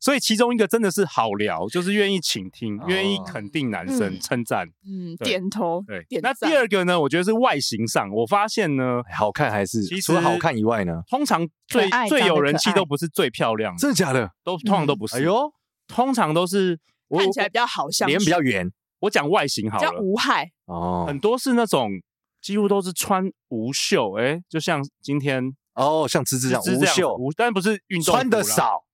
Speaker 3: 所以其中一个真的是好聊，就是愿意倾听
Speaker 5: 哦，
Speaker 3: 愿意肯定男生，
Speaker 4: 嗯
Speaker 3: 称赞。
Speaker 1: 嗯，
Speaker 3: 对
Speaker 1: 点头。
Speaker 3: 对
Speaker 1: 点，
Speaker 3: 那
Speaker 1: 赞
Speaker 3: 第二个呢，我觉得是外形上，我发现呢，
Speaker 5: 好看还是
Speaker 3: 其
Speaker 5: 哎除了
Speaker 3: 实
Speaker 5: 好看以外呢？
Speaker 3: 通常最
Speaker 4: 可爱
Speaker 3: 最
Speaker 4: 长得
Speaker 3: 有人
Speaker 4: 可
Speaker 3: 气
Speaker 4: 爱
Speaker 3: 都不是最漂亮的，
Speaker 5: 真的假的？
Speaker 3: 都通常都不是。
Speaker 5: 哎呦，
Speaker 3: 通常都是
Speaker 1: 嗯
Speaker 3: 我
Speaker 1: 看起来比较好相处，
Speaker 5: 脸比较圆
Speaker 3: 我讲外形好
Speaker 1: 比较
Speaker 3: 了，
Speaker 1: 无 *laughs* 害。
Speaker 5: 哦
Speaker 3: 很多是那种几乎都是穿无袖，哎，就像今天
Speaker 5: 哦，像芝芝这样
Speaker 3: 是
Speaker 5: 无袖，
Speaker 3: 无但不是运动
Speaker 5: 穿的
Speaker 3: 服啦，
Speaker 5: 少，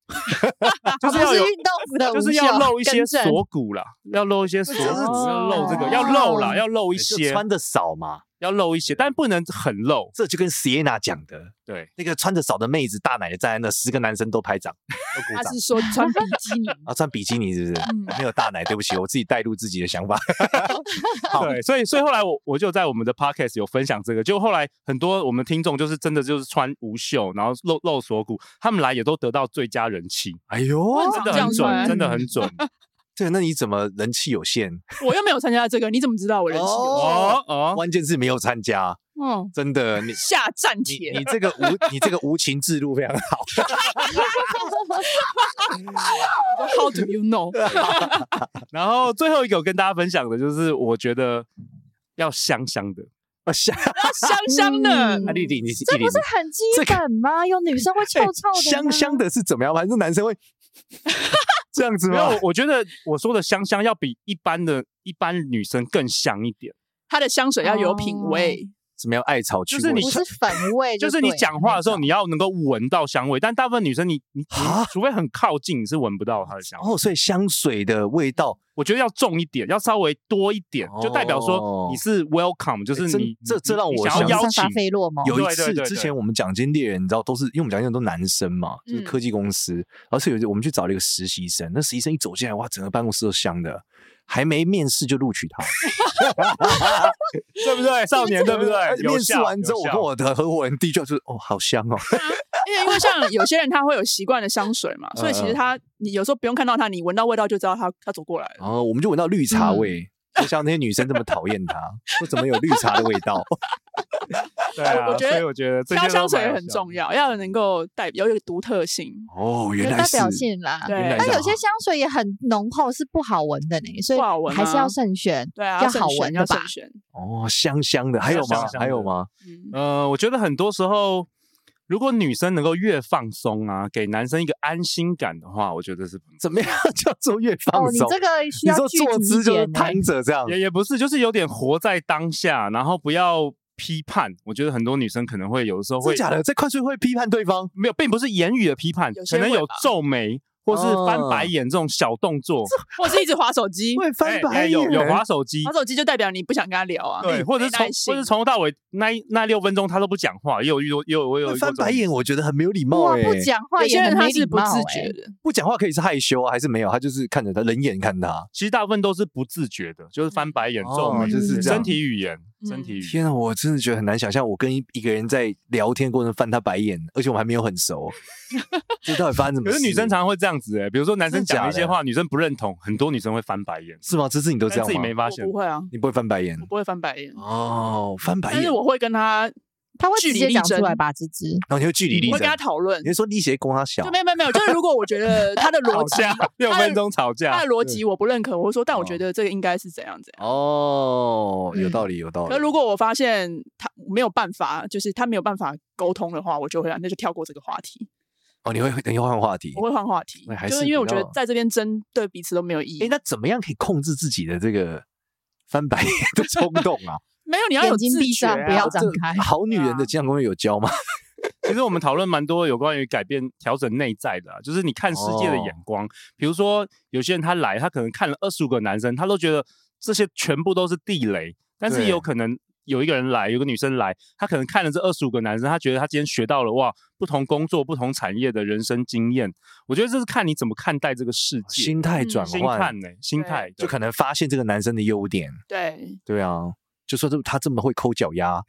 Speaker 4: 它
Speaker 3: 就是
Speaker 4: 不
Speaker 3: 要
Speaker 4: 是
Speaker 3: 有
Speaker 4: 运动服
Speaker 1: *laughs*
Speaker 4: 的无
Speaker 3: 就是
Speaker 4: 效
Speaker 3: 要露一些
Speaker 4: 更正
Speaker 3: 锁骨啦，要露一些锁骨，
Speaker 5: 就是
Speaker 3: 要露这个，
Speaker 4: 哦
Speaker 3: 要露啦，要露一
Speaker 1: 哎
Speaker 5: 对就
Speaker 3: 些，
Speaker 5: 穿的少嘛。
Speaker 3: 要露一些，但不能很露。
Speaker 1: *laughs*
Speaker 5: 这就跟 Sienna 讲的，
Speaker 3: 对，
Speaker 5: 那个穿的少的妹子，大奶奶站在那，十个男生都拍掌，都鼓
Speaker 1: 他
Speaker 5: 掌
Speaker 1: 是说 *laughs* *laughs* 穿比基尼，
Speaker 5: 啊，穿比基尼是不是？
Speaker 4: 嗯
Speaker 5: 没有大奶，对不起，我自己带入自己的想
Speaker 3: *laughs*
Speaker 5: 法。
Speaker 3: 对，所以所以后来我我就在我们的 podcast 有分享这个，就后来很多我们听众就是真的就是穿无袖，然后露露锁骨，他们来也都得到最佳人气，
Speaker 5: 哎呦，
Speaker 1: 哦
Speaker 3: 真的很准，真的很
Speaker 1: *laughs*
Speaker 3: 准。
Speaker 5: 对，那你怎么人气有限？
Speaker 1: 我又没有参加这个，你怎么知道我人气有多？
Speaker 5: 哦
Speaker 3: 哦哦，
Speaker 5: 关键是没有参加，
Speaker 1: 嗯，
Speaker 5: 真的，你
Speaker 1: 下站
Speaker 5: 你
Speaker 1: 帖
Speaker 5: 你这个无你这个无情之路
Speaker 4: *laughs*
Speaker 5: 非常好，
Speaker 1: ，How do you *laughs* know？
Speaker 3: 然后最后一个我跟大家分享的就是，我觉得要香香的，
Speaker 5: 啊下
Speaker 1: 香香的，
Speaker 4: 嗯
Speaker 5: 啊丽丽你
Speaker 4: 这
Speaker 5: 丽
Speaker 4: 不是
Speaker 5: 丽
Speaker 4: *laughs* 很基
Speaker 5: 这个
Speaker 4: 本吗？有女生会臭
Speaker 5: 哎
Speaker 4: 臭的，
Speaker 5: 香
Speaker 1: *laughs*
Speaker 5: 香。的是怎么样？反正
Speaker 4: *laughs*
Speaker 5: 男生会这样子
Speaker 3: 没有
Speaker 5: 吗？，
Speaker 3: 我觉得我说的香香要比一般的一般女生更香一点，
Speaker 1: 它的香水要有品
Speaker 4: 哦
Speaker 1: *laughs* 味，
Speaker 5: 怎么样爱草去
Speaker 3: 就是你
Speaker 4: 不是粉
Speaker 1: *laughs*
Speaker 4: 味
Speaker 3: 就
Speaker 4: 对了，
Speaker 3: 是你讲话的时候
Speaker 4: 那
Speaker 3: 你要能够闻到香味，但大部分女生你你你
Speaker 5: 啊
Speaker 3: 除非很靠近，你是闻不到她的香味。
Speaker 5: 哦，所以香水的味道，
Speaker 3: 我觉得要重一点，要稍微多一点，就代表说你是 welcome，就是
Speaker 5: 哎哦真
Speaker 3: 你
Speaker 5: 这
Speaker 3: 你
Speaker 5: 这让
Speaker 3: 你
Speaker 5: 我
Speaker 3: 想
Speaker 5: 想
Speaker 4: 种
Speaker 3: 要
Speaker 4: 像
Speaker 3: 邀
Speaker 4: 发
Speaker 3: 请。
Speaker 4: 费洛蒙，
Speaker 5: 有一
Speaker 3: 哦对对
Speaker 5: 次
Speaker 3: 对
Speaker 5: 之
Speaker 3: 对
Speaker 5: 前我们奖金猎人，你知道都是因为我们奖金猎人都男生嘛，就是
Speaker 1: 嗯
Speaker 5: 科技公司，然后是有一次我们去找了一个实习生，那实习生一走进来，哇，整个办公室都香的，还没面试就录取他。
Speaker 3: 对不对？少年对不对
Speaker 5: 而且？
Speaker 3: 有
Speaker 5: 呃面试
Speaker 3: 效
Speaker 5: 完之
Speaker 3: 有
Speaker 5: 后，我
Speaker 3: 效
Speaker 5: 跟我的合伙人第一句话就是：“哦，好香哦，
Speaker 1: 啊因为因为像有些人他会有习惯的香水嘛，所以其实他你有时候不用看到他，你闻到味道就知道他他走过来了。
Speaker 5: 然后我们就闻到绿茶
Speaker 4: 嗯
Speaker 5: 味，就像那些女生这么讨厌他，说怎么有绿茶的味道？ *laughs*
Speaker 3: 对啊，
Speaker 1: 我觉得
Speaker 3: 所以我觉得这些
Speaker 1: 挑
Speaker 3: 都
Speaker 1: 香水
Speaker 3: 蛮有
Speaker 1: 很
Speaker 3: 效
Speaker 1: 重
Speaker 3: 的。
Speaker 1: 要，要能够代表有一个独特性。
Speaker 5: 哦，
Speaker 4: 有
Speaker 5: 原来
Speaker 4: 代
Speaker 5: 是哎
Speaker 4: 表性啦。
Speaker 1: 对
Speaker 5: 原来
Speaker 4: 但
Speaker 5: 是
Speaker 4: 有些香水也很浓厚，是不好闻的呢，所以
Speaker 1: 不好闻
Speaker 4: 还是要
Speaker 1: 啊
Speaker 4: 慎选。
Speaker 1: 对啊，
Speaker 4: 要
Speaker 1: 慎
Speaker 4: 好
Speaker 1: 选
Speaker 4: 闻
Speaker 1: 要
Speaker 4: 的吧
Speaker 1: 慎选。
Speaker 5: 哦，香香的，还有
Speaker 3: 香
Speaker 5: 吗
Speaker 3: 香？的
Speaker 5: 还有 *laughs* 吗？
Speaker 1: 嗯，
Speaker 3: 呃，我觉得很多时候，如果女生能够越放松啊，给男生一个安心感的话，我觉得是
Speaker 5: 怎么样叫做越放
Speaker 4: 哦，你
Speaker 5: 松？
Speaker 4: 这个需
Speaker 5: 你
Speaker 4: 要
Speaker 5: 说
Speaker 4: 具
Speaker 5: 坐
Speaker 4: 体
Speaker 5: 姿
Speaker 4: 一
Speaker 5: 就是
Speaker 4: 点呢
Speaker 5: 瘫着这样，
Speaker 3: 也也不是，就是有点活在当下，然后不要批判。我觉得很多女生可能会有的时候
Speaker 5: 真
Speaker 3: 会
Speaker 5: 假的？在快速会批判对方
Speaker 3: 没有，并不是言语的批判，
Speaker 1: 有
Speaker 3: 可
Speaker 1: 些
Speaker 3: 能
Speaker 1: 会
Speaker 3: 有
Speaker 1: 吧
Speaker 3: 皱眉或是翻
Speaker 5: 哦
Speaker 3: 白眼这种小动作，
Speaker 1: 或是一直划手机，
Speaker 5: 会翻
Speaker 3: 哎
Speaker 5: 白
Speaker 3: 哎
Speaker 5: 眼，
Speaker 3: 有有划手机
Speaker 1: 划，手机就代表你不想跟他聊啊，
Speaker 3: 对，或者是从
Speaker 1: 没耐
Speaker 3: 或
Speaker 1: 心
Speaker 3: 者是从头到尾那一那六分钟他都不讲话，也有遇过，也有我有遇
Speaker 5: 会
Speaker 3: 过
Speaker 5: 翻
Speaker 3: 这种
Speaker 5: 白眼，我觉得很没有礼貌
Speaker 4: 哇，
Speaker 5: 哎、
Speaker 4: 不讲话
Speaker 1: 有些
Speaker 4: 也
Speaker 1: 人
Speaker 4: 很
Speaker 1: 他
Speaker 4: 没
Speaker 1: 是
Speaker 4: 礼
Speaker 1: 不
Speaker 4: 貌
Speaker 3: 欸
Speaker 1: 自
Speaker 4: 哎
Speaker 1: 觉的，
Speaker 5: 不讲话可以是害羞啊，还是没有？他就是看着他，冷眼看他。
Speaker 3: 其实大部分都是不自觉的，就是
Speaker 1: 嗯
Speaker 3: 翻白眼、
Speaker 5: 哦
Speaker 3: 皱眉，
Speaker 5: 就是这样
Speaker 3: 身体语言，
Speaker 2: 嗯
Speaker 3: 身体语言。
Speaker 5: 天啊，我真的觉得很难想象，我跟一一个人在聊天过程中翻他白眼，而且我们还没有很熟，这到底发生什么
Speaker 3: 可
Speaker 5: 事？
Speaker 3: 是女生常常会这样子哎、比如说男生
Speaker 5: 真的假
Speaker 3: 讲
Speaker 5: 的
Speaker 3: 一些话，女生不认同，很多女生会翻白眼，
Speaker 5: 是吗？这次你都
Speaker 3: 但
Speaker 5: 这样
Speaker 3: 自己
Speaker 5: 吗？
Speaker 3: 没发
Speaker 1: 我
Speaker 3: 现
Speaker 1: 不。会啊，
Speaker 5: 你不会翻白眼
Speaker 1: 我不会翻白眼，
Speaker 5: 哦，翻白
Speaker 1: 但
Speaker 5: 眼，
Speaker 1: 是我会跟他，
Speaker 4: 他会
Speaker 1: 据
Speaker 4: 直
Speaker 1: 理
Speaker 4: 接
Speaker 1: 力
Speaker 4: 讲出
Speaker 1: 争
Speaker 4: 来吧，芝芝。
Speaker 5: 然后你会据理力
Speaker 1: 我会跟
Speaker 5: 争
Speaker 1: 他，讨论
Speaker 5: 你，会说你写攻他小
Speaker 1: 就，没有没有没有，就是如果我觉得他的
Speaker 3: 吵
Speaker 1: 逻辑，
Speaker 3: 架六分钟吵架
Speaker 1: 他的，逻辑我不认可，我会说，但我觉得这个应该是怎样怎样。
Speaker 5: 哦，有道理，有道理
Speaker 1: 可。如果我发现他没有办法，就是他没有办法沟通的话，我就会啊那就跳过这个话题，
Speaker 5: 哦，你会你会换话题
Speaker 1: 我。会换话题
Speaker 5: 那还，
Speaker 1: 就是因为
Speaker 5: 比
Speaker 1: 我觉
Speaker 5: 较
Speaker 1: 得在这边针对彼此都没有意
Speaker 5: 哎，
Speaker 1: 义。
Speaker 5: 那怎么样可以控制自己的这个翻白眼的冲动啊？
Speaker 1: 没有，你要
Speaker 4: 眼
Speaker 1: 有
Speaker 4: 睛
Speaker 1: 自
Speaker 4: 闭
Speaker 1: 觉
Speaker 4: 上
Speaker 1: 啊
Speaker 4: 不要
Speaker 5: 哦这
Speaker 4: 张开
Speaker 5: 好女人的情感攻略有教吗？
Speaker 3: 其实我们讨论蛮多有关于改变、调整内在的啊、就是你看世界的
Speaker 5: 哦
Speaker 3: 眼光。比如说，有些人他来，他可能看了二十五个男生，他都觉得这些全部都是地雷，但是
Speaker 5: 对
Speaker 3: 也有可能。有一个人来，有个女生来，她可能看了这二十五个男生，她觉得她今天学到了哇，不同工作、不同产业的人生经验。我觉得这是看你怎么看待这个世界，
Speaker 5: 心态
Speaker 1: 嗯
Speaker 5: 转
Speaker 3: 心
Speaker 5: 换
Speaker 3: 看，呢、心
Speaker 1: 对
Speaker 3: 态
Speaker 5: 就
Speaker 3: 对
Speaker 5: 可能发现这个男生的优点。
Speaker 1: 对，
Speaker 5: 对啊，就说这他这么会抠脚丫，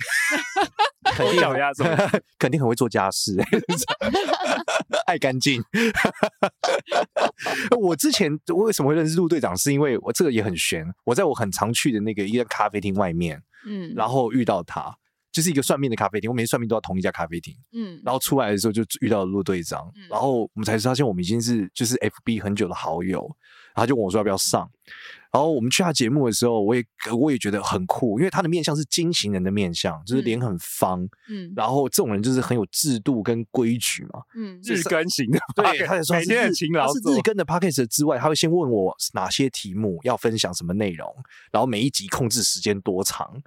Speaker 5: 肯定
Speaker 3: 抠脚丫
Speaker 5: *laughs*
Speaker 3: 什么，
Speaker 5: 肯定很会做家事， *laughs* 爱干净。我之前为什么会认识陆队长，是因为我这个也很悬。我在我很常去的那个一个咖啡厅外面，
Speaker 1: 嗯，
Speaker 5: 然后遇到他，就是一个算命的咖啡厅。我每次算命都要同一家咖啡厅。
Speaker 1: 嗯，
Speaker 5: 然后出来的时候就遇到了陆队长，
Speaker 1: 嗯
Speaker 5: 然后我们才发现我们已经是就是 FB 很久的好友，然后他就问我说要不要上，然后我们去他节目的时候，我也我也觉得很酷，因为他的面相是金型人的面相，就是脸很方，
Speaker 1: 嗯
Speaker 5: 然后这种人就是很有制度跟规矩嘛，
Speaker 1: 嗯
Speaker 3: 日更型的 podcast，
Speaker 5: 对，他也说他
Speaker 3: 每
Speaker 5: 是
Speaker 3: 天很
Speaker 5: 日
Speaker 3: 勤劳
Speaker 5: 他是
Speaker 3: 做
Speaker 5: 日更的 p o c a s t 之外，他会先问我哪些题目要分享什么内容，然后每一集控制时间多长。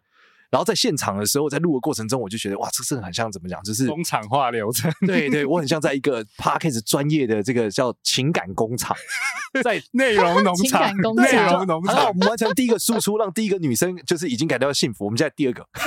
Speaker 5: 然后在现场的时候，在录的过程中，我就觉得哇，这是很像怎么讲，就是
Speaker 3: 工厂化流程，
Speaker 5: 对对，我很像在一个 podcast 专业的这个叫情感工厂，
Speaker 3: *laughs* 在内容农
Speaker 4: 情
Speaker 3: 场
Speaker 4: 感工，
Speaker 3: 内
Speaker 4: 厂
Speaker 3: 容农
Speaker 5: 好，
Speaker 3: 场
Speaker 5: 我，们完成第一个输出，让第一个女生就是已经感到幸福。我们现在第二个， *laughs*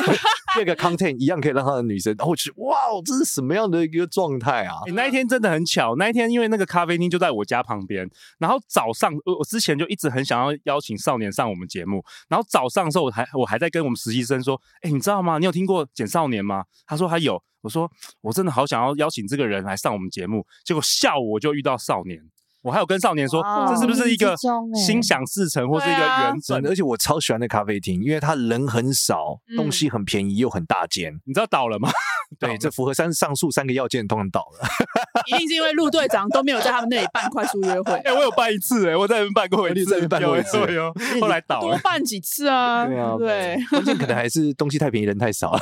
Speaker 5: 第二个 content 一样可以让她的女生，然后我觉得哇，哦这是什么样的一个状态啊？
Speaker 3: 欸那一天真的很巧，那一天因为那个咖啡厅就在我家旁边，然后早上我我之前就一直很想要邀请少年上我们节目，然后早上的时候我还我还在跟我们实习生说，哎、你知道吗？你有听过简少年吗？他说他有，我说我真的好想要邀请这个人来上我们节目，结果下午我就遇到少年。我还有跟少年说，
Speaker 1: 哇
Speaker 3: 这是不是一
Speaker 4: 冥冥
Speaker 3: 个
Speaker 4: 之中欸
Speaker 3: 心想事成，或是一个
Speaker 1: 对啊
Speaker 3: 缘
Speaker 5: 真
Speaker 3: 分
Speaker 5: 的，？而且我超喜欢那咖啡厅，因为它人很少，
Speaker 1: 嗯
Speaker 5: 东西很便宜又很大间。
Speaker 3: 你知道倒了吗？ *laughs*
Speaker 5: 对，这符合三上述三个要件，通常倒了。
Speaker 1: 一定是因为陆队长都没有在他们那里办快速约会
Speaker 3: 哎、，我有办一次、哎，我在那边办过一
Speaker 5: 你
Speaker 3: 次，
Speaker 5: 在那边办过一次
Speaker 3: 有有有后来倒
Speaker 1: 多
Speaker 3: 了。
Speaker 1: 办几次啊，
Speaker 5: 对
Speaker 3: *laughs*
Speaker 5: 啊
Speaker 1: 对，
Speaker 5: 关键可能还是东西太便宜，人太少了。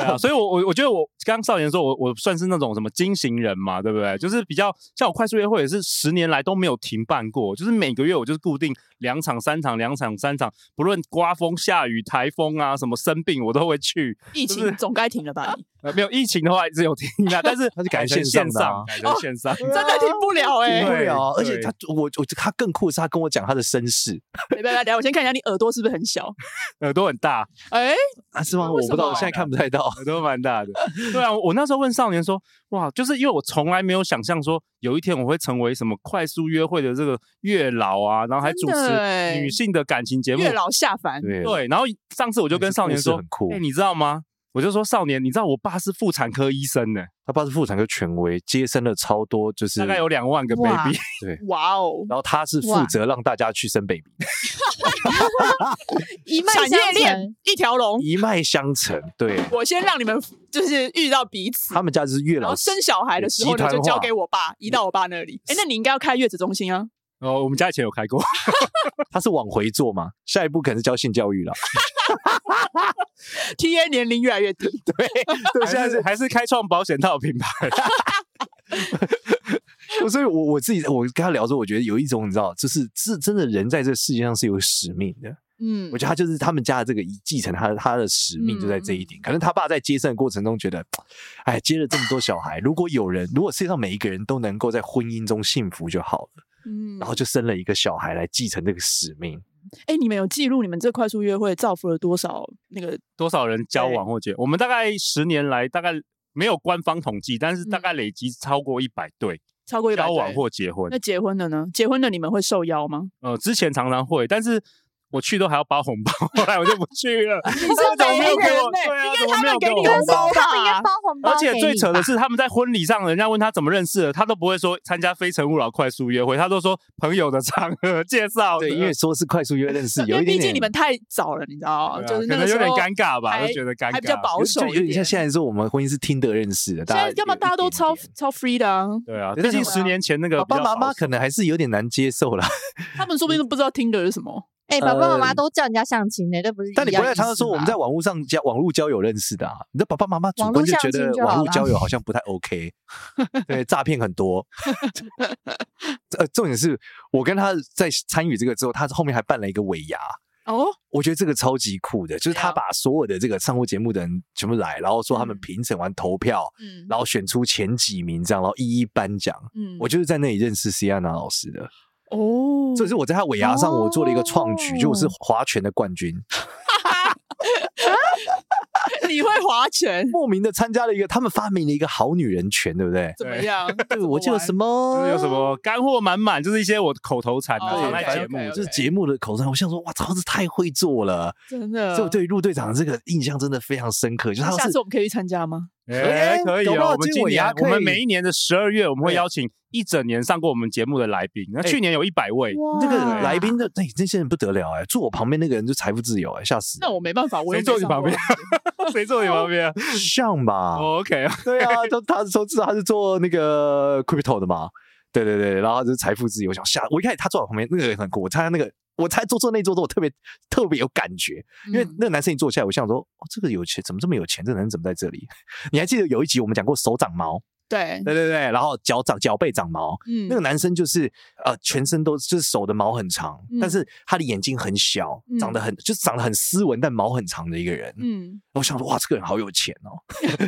Speaker 5: *laughs*
Speaker 3: 啊，所以我我我觉得我刚刚少年说我我算是那种什么金型人嘛，对不
Speaker 5: 嗯
Speaker 3: 对？就是比较像我快速约会也是十年来都没有停办过，就是每个月我就是固定两场三场两场三场，不论刮风下雨台风啊什么生病我都会去。
Speaker 1: 疫情总该停了吧？你
Speaker 3: 呃，没有疫情的话一直有停啊，但是
Speaker 5: *laughs* 它是改
Speaker 3: 成
Speaker 5: 成
Speaker 3: 线
Speaker 5: 线上的啊
Speaker 3: 改成线上，
Speaker 1: 真
Speaker 5: *laughs*
Speaker 1: 的
Speaker 3: *laughs*
Speaker 1: 停不 *laughs* 了哎、
Speaker 5: 对
Speaker 3: *laughs* 对
Speaker 5: 啊，而且
Speaker 3: 对
Speaker 5: 他我我他更酷的是，他跟我讲他的身世
Speaker 1: 没办法，等一下我先看一下你耳朵是不是很小？
Speaker 3: 耳呃朵很大，
Speaker 1: 哎、
Speaker 5: 啊，是吗？我
Speaker 1: 为
Speaker 5: 不
Speaker 1: 什
Speaker 5: 知道，
Speaker 1: 么
Speaker 5: 现在看不太
Speaker 3: *laughs*
Speaker 5: 到。
Speaker 3: 耳朵蛮大的。对啊，我那时候问少年说，哇，就是因为我从来没有想象说有一天我会成为什么快速约会的这个月老啊，然后还主
Speaker 1: 真的
Speaker 3: 持
Speaker 1: 欸
Speaker 3: 女性的感情节目
Speaker 1: 月。老下凡，
Speaker 5: 对
Speaker 3: 对，然后上次我就跟少年
Speaker 5: 故事
Speaker 3: 说
Speaker 5: 很，酷
Speaker 3: 哎、你知道吗？我就说少年，你知道我爸是妇产科医生呢、
Speaker 5: 他爸是妇产科权威，接生了超多，就是
Speaker 3: 大概有两万个
Speaker 4: 哇
Speaker 3: baby。
Speaker 1: 哇哦，
Speaker 5: 然后他是负
Speaker 4: 哇
Speaker 5: 责让大家去生 baby，的
Speaker 4: 一脉
Speaker 1: 产
Speaker 4: 相
Speaker 1: 业链
Speaker 4: 承
Speaker 1: 一条
Speaker 3: 哦
Speaker 1: 龙，
Speaker 5: 一脉相承。对，
Speaker 1: 我先让你们就是遇到彼此
Speaker 5: 他。们家就是月
Speaker 1: 然
Speaker 5: 老
Speaker 1: 后
Speaker 5: 师
Speaker 1: 生小孩的时候
Speaker 5: 集
Speaker 1: 呢，
Speaker 5: 团
Speaker 1: 就交
Speaker 5: 化
Speaker 1: 给我爸，移到我爸那里。哎，那你应该要开月子中心啊！
Speaker 3: 哦，我们家以前有开过，
Speaker 5: 他是往回做嘛，下一步可能是教性教育了。
Speaker 1: T A 年龄越来越低，
Speaker 5: 对，现
Speaker 3: 现
Speaker 5: 在
Speaker 3: 在
Speaker 5: 是
Speaker 3: 是还是开创保险套品牌。
Speaker 5: 所以我我自己我跟他聊的时候，我觉得有一种你知道，就是是真的人在这世界上是有使命的，
Speaker 1: 嗯
Speaker 5: 我觉得他就是他们家的这个遗继承他他的使命就在这一
Speaker 1: 嗯
Speaker 5: 点。可能他爸在接生的过程中觉得，哎，接了这么多小孩，如果有人，如果世界上每一个人都能够在婚姻中幸福就好了，
Speaker 1: 嗯
Speaker 5: 然后就生了一个小孩来继承这个使命。
Speaker 1: 哎、你们有记录你们这快速约会造福了多少那个？
Speaker 3: 多少人交
Speaker 1: 对
Speaker 3: 往或结？我们大概十年来大概没有官方统计，但是大概累积超过一百对
Speaker 1: 超过一百
Speaker 3: 交往
Speaker 1: 对
Speaker 3: 或结婚
Speaker 1: 那。结婚的呢？结婚的你们会受邀吗？
Speaker 3: 呃，之前常常会，但是我去都还要包红包，后来我就不去了。你
Speaker 4: 是
Speaker 3: 怎么没有给
Speaker 4: 媒人
Speaker 3: 我？
Speaker 4: 欸
Speaker 3: 对啊，
Speaker 1: 应该
Speaker 3: 怎么
Speaker 1: 他
Speaker 3: 没
Speaker 1: 们
Speaker 3: 有
Speaker 1: 给
Speaker 3: 我
Speaker 1: 你
Speaker 3: 红
Speaker 1: 红
Speaker 3: 包？
Speaker 1: 包
Speaker 4: 他们应该
Speaker 1: 吧
Speaker 4: 包红包
Speaker 3: 而
Speaker 4: 给你吧，
Speaker 3: 且最扯的是，他们在婚礼上，人家问他怎么认识的，他都不会说参加《非诚勿扰》快速约会，他都说朋友的场合介绍的。
Speaker 5: 对，因为说是快速约认识，
Speaker 1: 呃因
Speaker 5: 有
Speaker 1: 为
Speaker 5: 一点
Speaker 1: 毕
Speaker 5: 点
Speaker 1: 竟你们太早了，你知道，
Speaker 3: 对啊
Speaker 1: 就是
Speaker 3: 可
Speaker 1: 那
Speaker 3: 能
Speaker 1: 个时
Speaker 3: 有
Speaker 1: 候
Speaker 3: 点尴尬吧，
Speaker 1: 还
Speaker 3: 就觉得尴尬，
Speaker 1: 还比较保
Speaker 5: 有
Speaker 1: 守
Speaker 5: 就有点像现
Speaker 1: 在。
Speaker 5: 在说我们婚姻是听得认识的，
Speaker 1: 现在要么
Speaker 5: 有
Speaker 1: 大家
Speaker 5: 一
Speaker 1: 都
Speaker 5: 点
Speaker 1: 超
Speaker 5: 点
Speaker 1: 超 free 的啊，
Speaker 3: 对啊，
Speaker 5: 对
Speaker 3: 毕
Speaker 5: 但
Speaker 3: 竟
Speaker 1: 是
Speaker 3: 十年前那个
Speaker 5: 爸爸
Speaker 3: 比较
Speaker 5: 妈妈
Speaker 3: 保守
Speaker 5: 可能还是有点难接受啦。
Speaker 1: 他们说不定都不知道听的是什么。
Speaker 4: 哎，爸爸妈妈
Speaker 5: 呃
Speaker 4: 都叫人家相亲呢，这不是一样
Speaker 5: 但
Speaker 4: 意
Speaker 5: 你
Speaker 4: 思吗？
Speaker 5: 不要常常说我们在网络上交网络交友认识的、啊，你的爸爸妈妈主
Speaker 4: 网
Speaker 5: 观
Speaker 4: 络
Speaker 5: 就
Speaker 4: 相
Speaker 5: 觉得
Speaker 4: 亲就
Speaker 5: 网
Speaker 4: 好
Speaker 5: 络
Speaker 4: 啦
Speaker 5: 交
Speaker 4: *laughs*
Speaker 5: 友好像不太 OK，对， *laughs* 诈骗很多。 *laughs* 呃，重点是我跟他在参与这个之后，他后面还办了一个尾牙，
Speaker 1: 哦，
Speaker 5: 我觉得这个超级酷的，
Speaker 4: 啊
Speaker 5: 就是他
Speaker 1: 怎样
Speaker 5: 把所有的这个上过节目的人全部来，然后说他们
Speaker 1: 嗯
Speaker 5: 评审完投票，
Speaker 1: 嗯
Speaker 5: 然后选出前几名这样，然后一一颁奖。
Speaker 1: 嗯
Speaker 5: 我就是在那里认识西亚娜老师的，
Speaker 4: 嗯
Speaker 5: *laughs*
Speaker 1: 哦，
Speaker 5: 这是我在他尾牙上我做了一个创举，就我是
Speaker 4: 哦
Speaker 5: 划拳的冠军。
Speaker 1: *laughs* 你会划拳
Speaker 5: 莫名的参加了一个，他们发明了一个好女人拳，对不对？
Speaker 1: 怎么
Speaker 3: 对
Speaker 1: 样？
Speaker 5: 对，我记得什么
Speaker 3: 就是有什么干货满满，就是一些我口头禅啊，
Speaker 1: 哦
Speaker 3: 常
Speaker 5: 对，
Speaker 3: 在节
Speaker 5: 反
Speaker 3: 目
Speaker 5: 正
Speaker 1: ，OK，OK
Speaker 5: 就是节目的口上，我想说，哇操，这太会做了！
Speaker 1: 真
Speaker 3: 嗯
Speaker 1: 的？
Speaker 5: 所以我对陆队长这个印象真的非常深刻，就是他
Speaker 1: 下
Speaker 5: 是
Speaker 1: 次我们可以去参加吗？
Speaker 3: 哎，
Speaker 5: 哎
Speaker 3: 可以
Speaker 5: 搞不
Speaker 3: 哦。
Speaker 5: 好
Speaker 3: 我们
Speaker 5: 今啊
Speaker 3: 今
Speaker 5: 晚
Speaker 3: 年
Speaker 5: 还可
Speaker 3: 我们
Speaker 5: 以
Speaker 3: 每一年的十二月，我们会
Speaker 5: 对哎
Speaker 3: 邀请一整年上过我们节目的来宾，那去年有一百位。
Speaker 4: 哇
Speaker 5: 那个
Speaker 3: 啊
Speaker 5: 来宾的，那那些人不得了哎，坐我旁边那个人就财富自由哎，吓
Speaker 3: *laughs*
Speaker 5: 死
Speaker 1: 那我没办法，我又
Speaker 3: 谁
Speaker 1: 没
Speaker 3: 坐你
Speaker 1: 上过
Speaker 3: 旁边？
Speaker 5: *laughs*
Speaker 3: 谁坐你旁边
Speaker 5: 了，像吧？
Speaker 3: 哦？OK 啊，
Speaker 5: 对啊，他他是说知道他是做那个 crypto 的嘛，对对对，然后就是财富自由，我想吓我一开始他坐我旁边那个人很酷，我猜那个我猜坐坐那一桌都我特别特别 *laughs* 有感觉，因为那个男生一坐下来，我想说，哦，这个有钱怎么这么有钱？这个男人怎么在这里？ *laughs* 你还记得有一集我们讲过手长毛， *laughs*
Speaker 1: 对，
Speaker 5: 对对对，然后脚长脚背长毛，
Speaker 1: 嗯
Speaker 5: 那个男生就是呃全身都就是手的毛很长，但是他的眼睛很小，长得很就是长得很斯文，但毛很长的一个人。
Speaker 1: 嗯，
Speaker 5: 我想说，哇，这个人好有钱哦！ *laughs*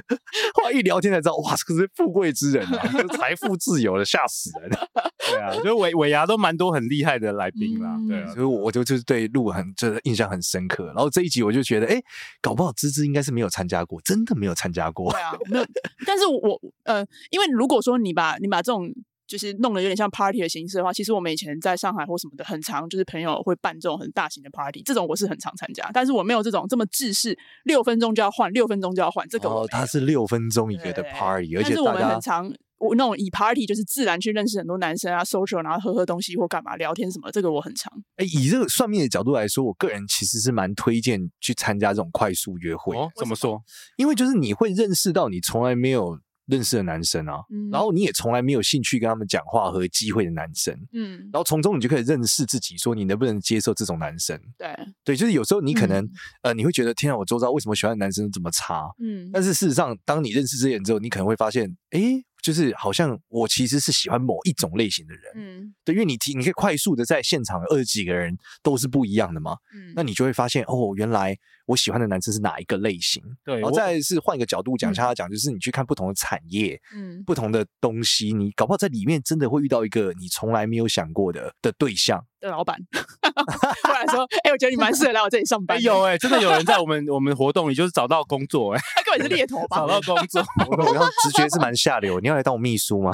Speaker 5: 后来一聊天才知道，哇，这个是富贵之人啊，就财富自由了，吓死人！ *laughs*
Speaker 3: 对啊，就是尾尾牙都蛮多很厉害的来宾啦，对啊
Speaker 5: 所。以我我就就是对鹿很就是印象很深刻。然后这一集我就觉得，哎，搞不好芝芝应该是没有参加过，真的没有参加过 *laughs*
Speaker 1: 对。啊，没有。但是我呃，因为如果说你把你把这种就是弄得有点像 party 的形式的话，其实我们以前在上海或什么的，很常就是朋友会办这种很大型的 party，这种我是很常参加，但是我没有这种这么制式，六分钟就要换，六分钟就要换，这个我没有、
Speaker 5: 哦，他是六分钟一个的
Speaker 1: 对
Speaker 5: party，而
Speaker 1: 但
Speaker 5: 且
Speaker 1: 是我
Speaker 5: 大
Speaker 1: 们很
Speaker 5: 家
Speaker 1: 常我那种以 party 就是自然去认识很多男生啊，social，然后喝喝东西或干嘛聊天什么的，这个我很常。
Speaker 5: 哎，以这个算命的角度来说，我个人其实是蛮推荐去参加这种快速约会的，
Speaker 3: 哦，怎么说？
Speaker 5: 因为就是你会认识到你从来没有认识的男生啊，
Speaker 1: 嗯
Speaker 5: 然后你也从来没有兴趣跟他们讲话和机会的男生。
Speaker 1: 嗯，
Speaker 5: 然后从中你就可以认识自己，说你能不能接受这种男生？
Speaker 1: 对，
Speaker 5: 对，就是有时候你可能、
Speaker 1: 嗯
Speaker 5: 呃，你会觉得天啊，我周遭为什么喜欢的男生都这么差？
Speaker 1: 嗯
Speaker 5: 但是事实上，当你认识这些人之后，你可能会发现，诶，就是好像我其实是喜欢某一种类型的人。
Speaker 1: 嗯
Speaker 5: 对，因为你提，你可以快速的在现场二十几个人都是不一样的嘛，
Speaker 1: 嗯，
Speaker 5: 那你就会发现哦，原来我喜欢的男生是哪一个类型。
Speaker 3: 对，
Speaker 5: 然后
Speaker 3: 我
Speaker 5: 再来是换一个角度讲，
Speaker 1: 嗯
Speaker 5: 像他讲，就是你去看不同的产业，
Speaker 1: 嗯
Speaker 5: 不同的东西，你搞不好在里面真的会遇到一个你从来没有想过的的对象。
Speaker 1: 的老板 *laughs* 过来说，哎、我觉得你蛮适合来我这里上
Speaker 3: 哎
Speaker 1: 班的。
Speaker 3: 有哎，真的有人在我们我们活动里就是找到工
Speaker 5: *laughs*
Speaker 3: 作哎，
Speaker 1: 他根本是猎
Speaker 3: *laughs*
Speaker 1: 头吧
Speaker 3: 找？到工作，
Speaker 5: 我我要直觉是蛮下流，你要来当我秘书吗？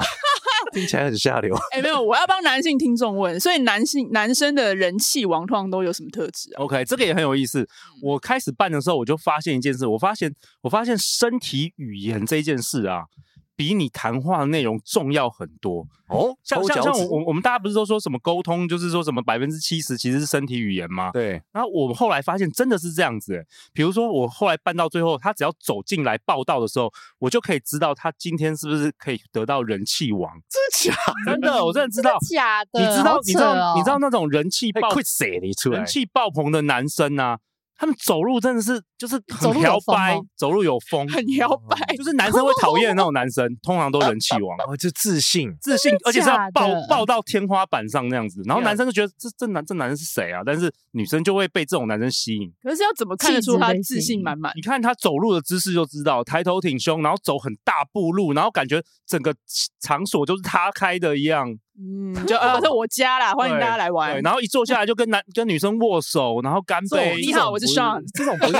Speaker 5: 听起来很下
Speaker 3: *laughs*
Speaker 5: 流。
Speaker 1: 哎、没有，我要帮男性听众问，所以男性男生的人气王通常都有什么特质啊？
Speaker 3: OK，这个也很有意
Speaker 5: 嗯
Speaker 3: 思。 *laughs* 我开始办的时候，我就发现一件事，我发现我发现身体语言这件事啊，比你谈话内容重要很多。
Speaker 5: 哦，
Speaker 3: 像
Speaker 5: 抠
Speaker 3: 像
Speaker 5: 脚
Speaker 3: 像
Speaker 5: 趾
Speaker 3: 我我我们大家不是都说什么沟通，就是说什么百分之七十其实是身体语言吗？
Speaker 5: 对，
Speaker 3: 然后我后来发现真的是这样子欸，比如说我后来办到最后，他只要走进来报道的时候，我就可以知道他今天是不是可以得到人气王。真假？真的，我真的
Speaker 4: *laughs*
Speaker 3: 知道。
Speaker 4: 假的，
Speaker 3: 你知道
Speaker 4: 好
Speaker 3: 你知道
Speaker 4: 扯哦
Speaker 3: 你知道那种人气
Speaker 5: 哎
Speaker 3: 爆
Speaker 5: ，quit 谁你出来
Speaker 3: 人？气爆棚的男生啊，他们走路真的是就是
Speaker 4: 走路
Speaker 3: 很
Speaker 4: 有
Speaker 3: 摇
Speaker 4: 风
Speaker 3: 摆
Speaker 4: 哦，
Speaker 3: 走路有风，
Speaker 1: 很摇摆，
Speaker 3: 就是男生会讨厌的那种
Speaker 4: *laughs*
Speaker 3: 男生，通常都人气王。
Speaker 5: 哦，就自信，
Speaker 3: 自信，而且是要
Speaker 4: 假
Speaker 3: 爆
Speaker 4: 的
Speaker 3: 爆到天花板上那样子，然后
Speaker 1: Yeah
Speaker 3: 男生就觉得这这男这男生是谁啊？但是女生就会被这种男生吸引。
Speaker 1: 可是要怎么看得
Speaker 4: 气
Speaker 1: 出
Speaker 4: 质
Speaker 1: 他
Speaker 4: 类
Speaker 1: 自信
Speaker 4: 型
Speaker 1: 满满？
Speaker 3: 啊你看他走路的姿势就知道，抬头挺胸，然后走很大步路，然后感觉整个场所就是他开的一样。
Speaker 1: 嗯，就呃，这我家啦，欢迎
Speaker 3: 对
Speaker 1: 大家来玩
Speaker 3: 对，。然后一坐下来就跟男 *laughs* 跟女生握手，然后干
Speaker 1: 这种
Speaker 3: 杯。
Speaker 1: 你好，我是 Sean。
Speaker 5: 这种
Speaker 1: *laughs*
Speaker 5: 不是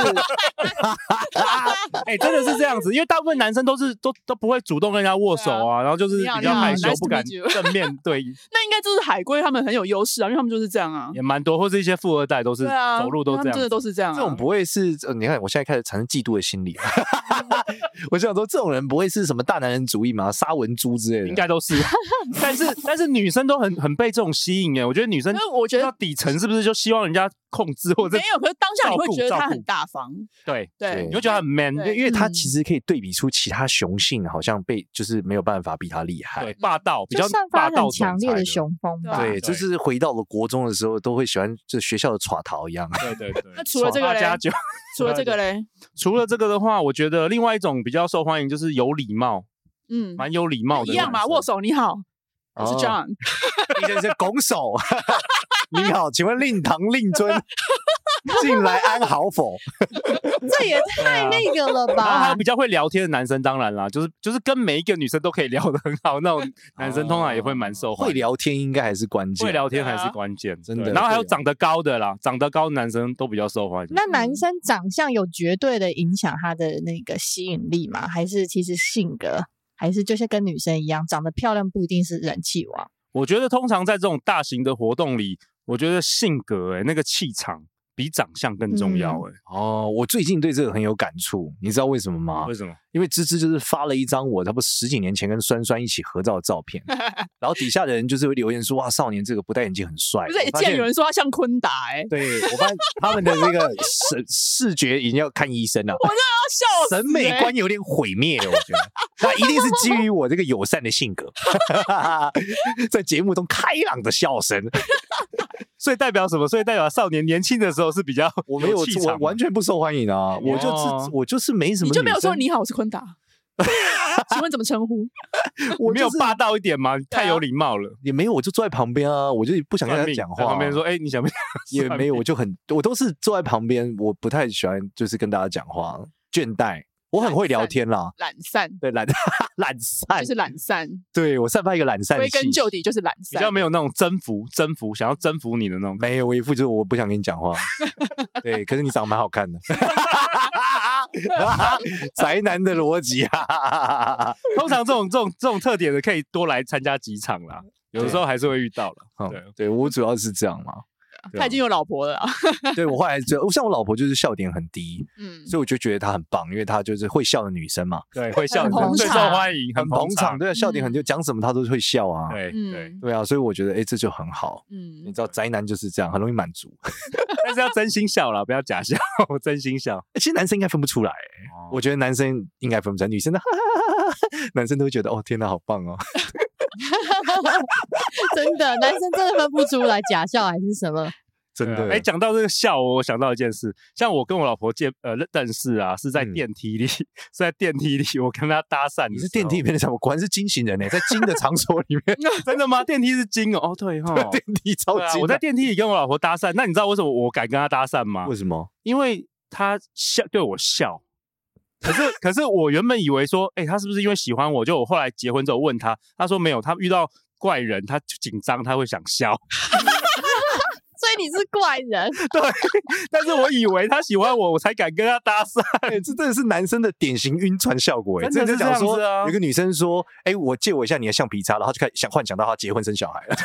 Speaker 3: 哎、真的是这样子，因为大部分男生都是都都不会主动跟人家握手啊，然后就是
Speaker 1: 你好
Speaker 3: 比较
Speaker 1: 你好
Speaker 3: 害羞
Speaker 1: nice，to
Speaker 3: 不敢
Speaker 1: meet you *laughs*
Speaker 3: 正面对
Speaker 1: 那应该就是海龟他们很有优势啊，因为他们就是这样啊。
Speaker 3: 也蛮多，或是一些富二代都是
Speaker 1: 对啊，
Speaker 3: 走路都
Speaker 1: 他
Speaker 3: 这
Speaker 1: 们
Speaker 3: 样
Speaker 1: 真的。都是这样啊。
Speaker 5: 这种不会是、呃你看我现在开始产生嫉妒的心理， *laughs* 我想说这种人不会是什么大男人主义嘛，沙文猪之类的，
Speaker 3: 应该都
Speaker 1: *laughs*
Speaker 3: 是，但是但是女生都很很被这种吸引哎，我觉得女生
Speaker 1: 因为我觉
Speaker 3: 到
Speaker 1: 得
Speaker 3: 底层是不是就希望人家控制 *laughs* 或者
Speaker 1: 没有，可是当下你会
Speaker 3: 照顾
Speaker 1: 觉得
Speaker 3: 照
Speaker 1: 他
Speaker 3: 顾
Speaker 1: 很大方，
Speaker 3: 对，
Speaker 1: 对
Speaker 3: 你会觉得她很 man，
Speaker 1: 对
Speaker 3: 因为
Speaker 5: 因为他其实可以对比出其他雄性好像被就是没有办法比他厉害。
Speaker 3: 对霸道比
Speaker 4: 就
Speaker 3: 较
Speaker 4: 散
Speaker 3: 霸
Speaker 4: 发很
Speaker 3: 道总裁
Speaker 4: 强烈的，雄风吧。
Speaker 5: 对，
Speaker 3: 对啊
Speaker 5: 就是回到了国中的时候，都会喜欢就学校的耍逃一样。
Speaker 1: *laughs*
Speaker 3: 对对对。
Speaker 1: 那除了这个
Speaker 3: 八
Speaker 1: 嘞
Speaker 3: 加九，
Speaker 1: 除了这
Speaker 3: *laughs*
Speaker 1: 个嘞，
Speaker 3: 除了这个的话，我觉得另外一种比较受欢迎就是有礼貌，
Speaker 1: 嗯，
Speaker 3: 蛮有礼貌的
Speaker 1: 一样嘛，
Speaker 3: 男生
Speaker 1: 握。手你好，
Speaker 5: *laughs*
Speaker 1: 我是
Speaker 5: 哦
Speaker 3: *laughs*
Speaker 1: John，
Speaker 5: 医生是拱手， *laughs* 你好，请问令堂令尊进来安好否？
Speaker 4: 这也太那个了
Speaker 3: 啊然后还有
Speaker 4: 吧
Speaker 1: 啊
Speaker 3: 比？较会聊天的男生，当然啦，就是就是跟每一个女生都可以聊得很好那
Speaker 1: *laughs*
Speaker 3: 种男生，通常也会蛮受
Speaker 5: 哦
Speaker 3: 欢
Speaker 5: 会
Speaker 3: 迎。
Speaker 5: 聊天应该还是关键。
Speaker 3: 会聊天还
Speaker 1: 对
Speaker 3: 是
Speaker 1: 啊
Speaker 3: 关键，
Speaker 5: 真
Speaker 3: 对
Speaker 5: 的
Speaker 3: 然后还有
Speaker 5: 会啊
Speaker 3: 长得高的啦，长得高的男生都比较受欢迎。
Speaker 4: 那男生长相有绝对的影响他的那个吸引力吗？还是其实性格，还是就是跟女生一样，长得漂亮不一定是人气王？
Speaker 3: 我觉得通常在这种大型的活动里，我觉得性格、欸、那个气场比长相更重要、欸。
Speaker 5: 哦，我最近对这个很有感触，你知道为什么吗
Speaker 3: 为？什么？
Speaker 5: 因为芝芝就是发了一张我差不多十几年前跟酸酸一起合照的照
Speaker 3: *laughs*
Speaker 5: 片，然后底下的人就是会留言说哇，少年这个不戴眼镜很帅。
Speaker 1: 不是
Speaker 5: 我
Speaker 1: 也
Speaker 5: 发
Speaker 1: 见
Speaker 5: 现
Speaker 1: 有人说他像昆达
Speaker 3: *laughs*
Speaker 1: 哎，
Speaker 5: 对我发现他们的那个视视觉已经要看医生啊了，
Speaker 1: 要笑死
Speaker 5: 审美
Speaker 1: 欸
Speaker 5: 观有点毁灭了，我
Speaker 1: *laughs*
Speaker 5: 觉得。那一定是基于我这个友善的性格， *laughs* 在节目中开朗的笑声，
Speaker 3: 所以代表什么？所以代表少年年轻的时候是比较
Speaker 5: 我没有，
Speaker 3: 气
Speaker 5: 我
Speaker 3: 场，
Speaker 5: 完。全不受欢迎啊！我就是
Speaker 3: 哦
Speaker 5: 我就是没什么，
Speaker 1: 你就没有说，你好，我是昆
Speaker 3: *laughs*
Speaker 1: 达，请问怎么称呼？
Speaker 5: 我
Speaker 3: 没有
Speaker 5: 就是
Speaker 3: 霸道一点吗？太有礼貌了。
Speaker 5: 也没有，我就坐在旁边啊，我就不想跟他
Speaker 3: 算命
Speaker 5: 讲
Speaker 3: 在
Speaker 5: 话。
Speaker 3: 旁边说：“哎、你想不想？”
Speaker 5: 也
Speaker 3: 算
Speaker 5: 没有，
Speaker 3: 命
Speaker 5: 我就很，我都是坐在旁边，我不太喜欢就是跟大家讲话，倦怠。我很会聊天啦，
Speaker 1: 懒散，
Speaker 5: 对，懒 *laughs* 懒散
Speaker 1: 就，是懒散，
Speaker 5: 对我散发一个懒散
Speaker 1: 归
Speaker 5: 气
Speaker 1: 根究底就是懒
Speaker 3: 比
Speaker 1: 散
Speaker 3: 较。没有那种征服、征服想要征服你的那种感
Speaker 5: 没有，我一副就是我不想跟你讲话。对，可是你长得蛮好
Speaker 3: *laughs*
Speaker 5: 看的，宅男的逻辑啊！
Speaker 3: 觉。通常这种、这种、这种特点的，可以多来参加几场啦。有的时候还是会遇到了。对
Speaker 5: 嗯，对我主要是这样嘛。
Speaker 1: 他已经有老婆了啊，
Speaker 5: 对我后来就像我老婆就是笑点很低，
Speaker 1: 嗯，
Speaker 5: 所以我就觉得她很棒，因为她就是会笑的女生嘛，
Speaker 3: 对，会笑
Speaker 4: 很捧
Speaker 3: 最受
Speaker 4: 场
Speaker 3: 欢迎，
Speaker 5: 很捧场，。对啊，笑点很低，讲什么她都会笑啊。
Speaker 3: 嗯对对，
Speaker 1: 嗯
Speaker 5: 对啊，所以我觉得哎，这就很好。你
Speaker 1: 嗯，
Speaker 5: 知道宅男就是这样，很容易满足。
Speaker 3: 但是要真心笑啦，不要假笑， *laughs* 真心笑。
Speaker 5: 其实男生应该分不出来，我觉得男生应该分不出来，女生的 *laughs* 男生都会觉得哦，天哪，好棒哦。
Speaker 4: 真的，男生真的分不出来假笑还是什么。
Speaker 5: 真
Speaker 3: 对啊
Speaker 5: 的，
Speaker 3: 哎，讲到这个笑，我想到一件事，像我跟我老婆见呃认认识啊，是在
Speaker 5: 嗯
Speaker 3: 电梯里， *laughs* 是在电梯里，我跟她搭讪的时候。
Speaker 5: 你是电 *laughs* 梯里面的什么？果然是惊醒人呢、在惊的场所里面，
Speaker 3: 真的吗？电梯是金哦，哦对哈。
Speaker 5: *laughs* 电梯超
Speaker 3: 对啊
Speaker 5: 惊、
Speaker 3: 我在电梯里跟我老婆搭讪，那你知道为什么我敢跟她搭讪吗
Speaker 5: 为？什么？
Speaker 3: 因为她笑对我笑，可是 *laughs* 可是我原本以为说，哎、她是不是因为喜欢我？就我后来结婚之后问她，她说没有，她遇到怪人，她紧张，她会想笑。
Speaker 4: 所以你是怪人，
Speaker 3: 但是我以为她喜欢我，我才敢跟她搭
Speaker 1: *laughs*
Speaker 3: 讪。
Speaker 5: 哎、这真的是男生的典型晕船效果哎、
Speaker 3: 真的
Speaker 5: 这
Speaker 3: 是
Speaker 5: 就讲说
Speaker 3: 这样子啊，
Speaker 5: 有个女生说：“哎、我借我一下你的橡皮擦。”然后就开始想幻想到她结婚生小孩了。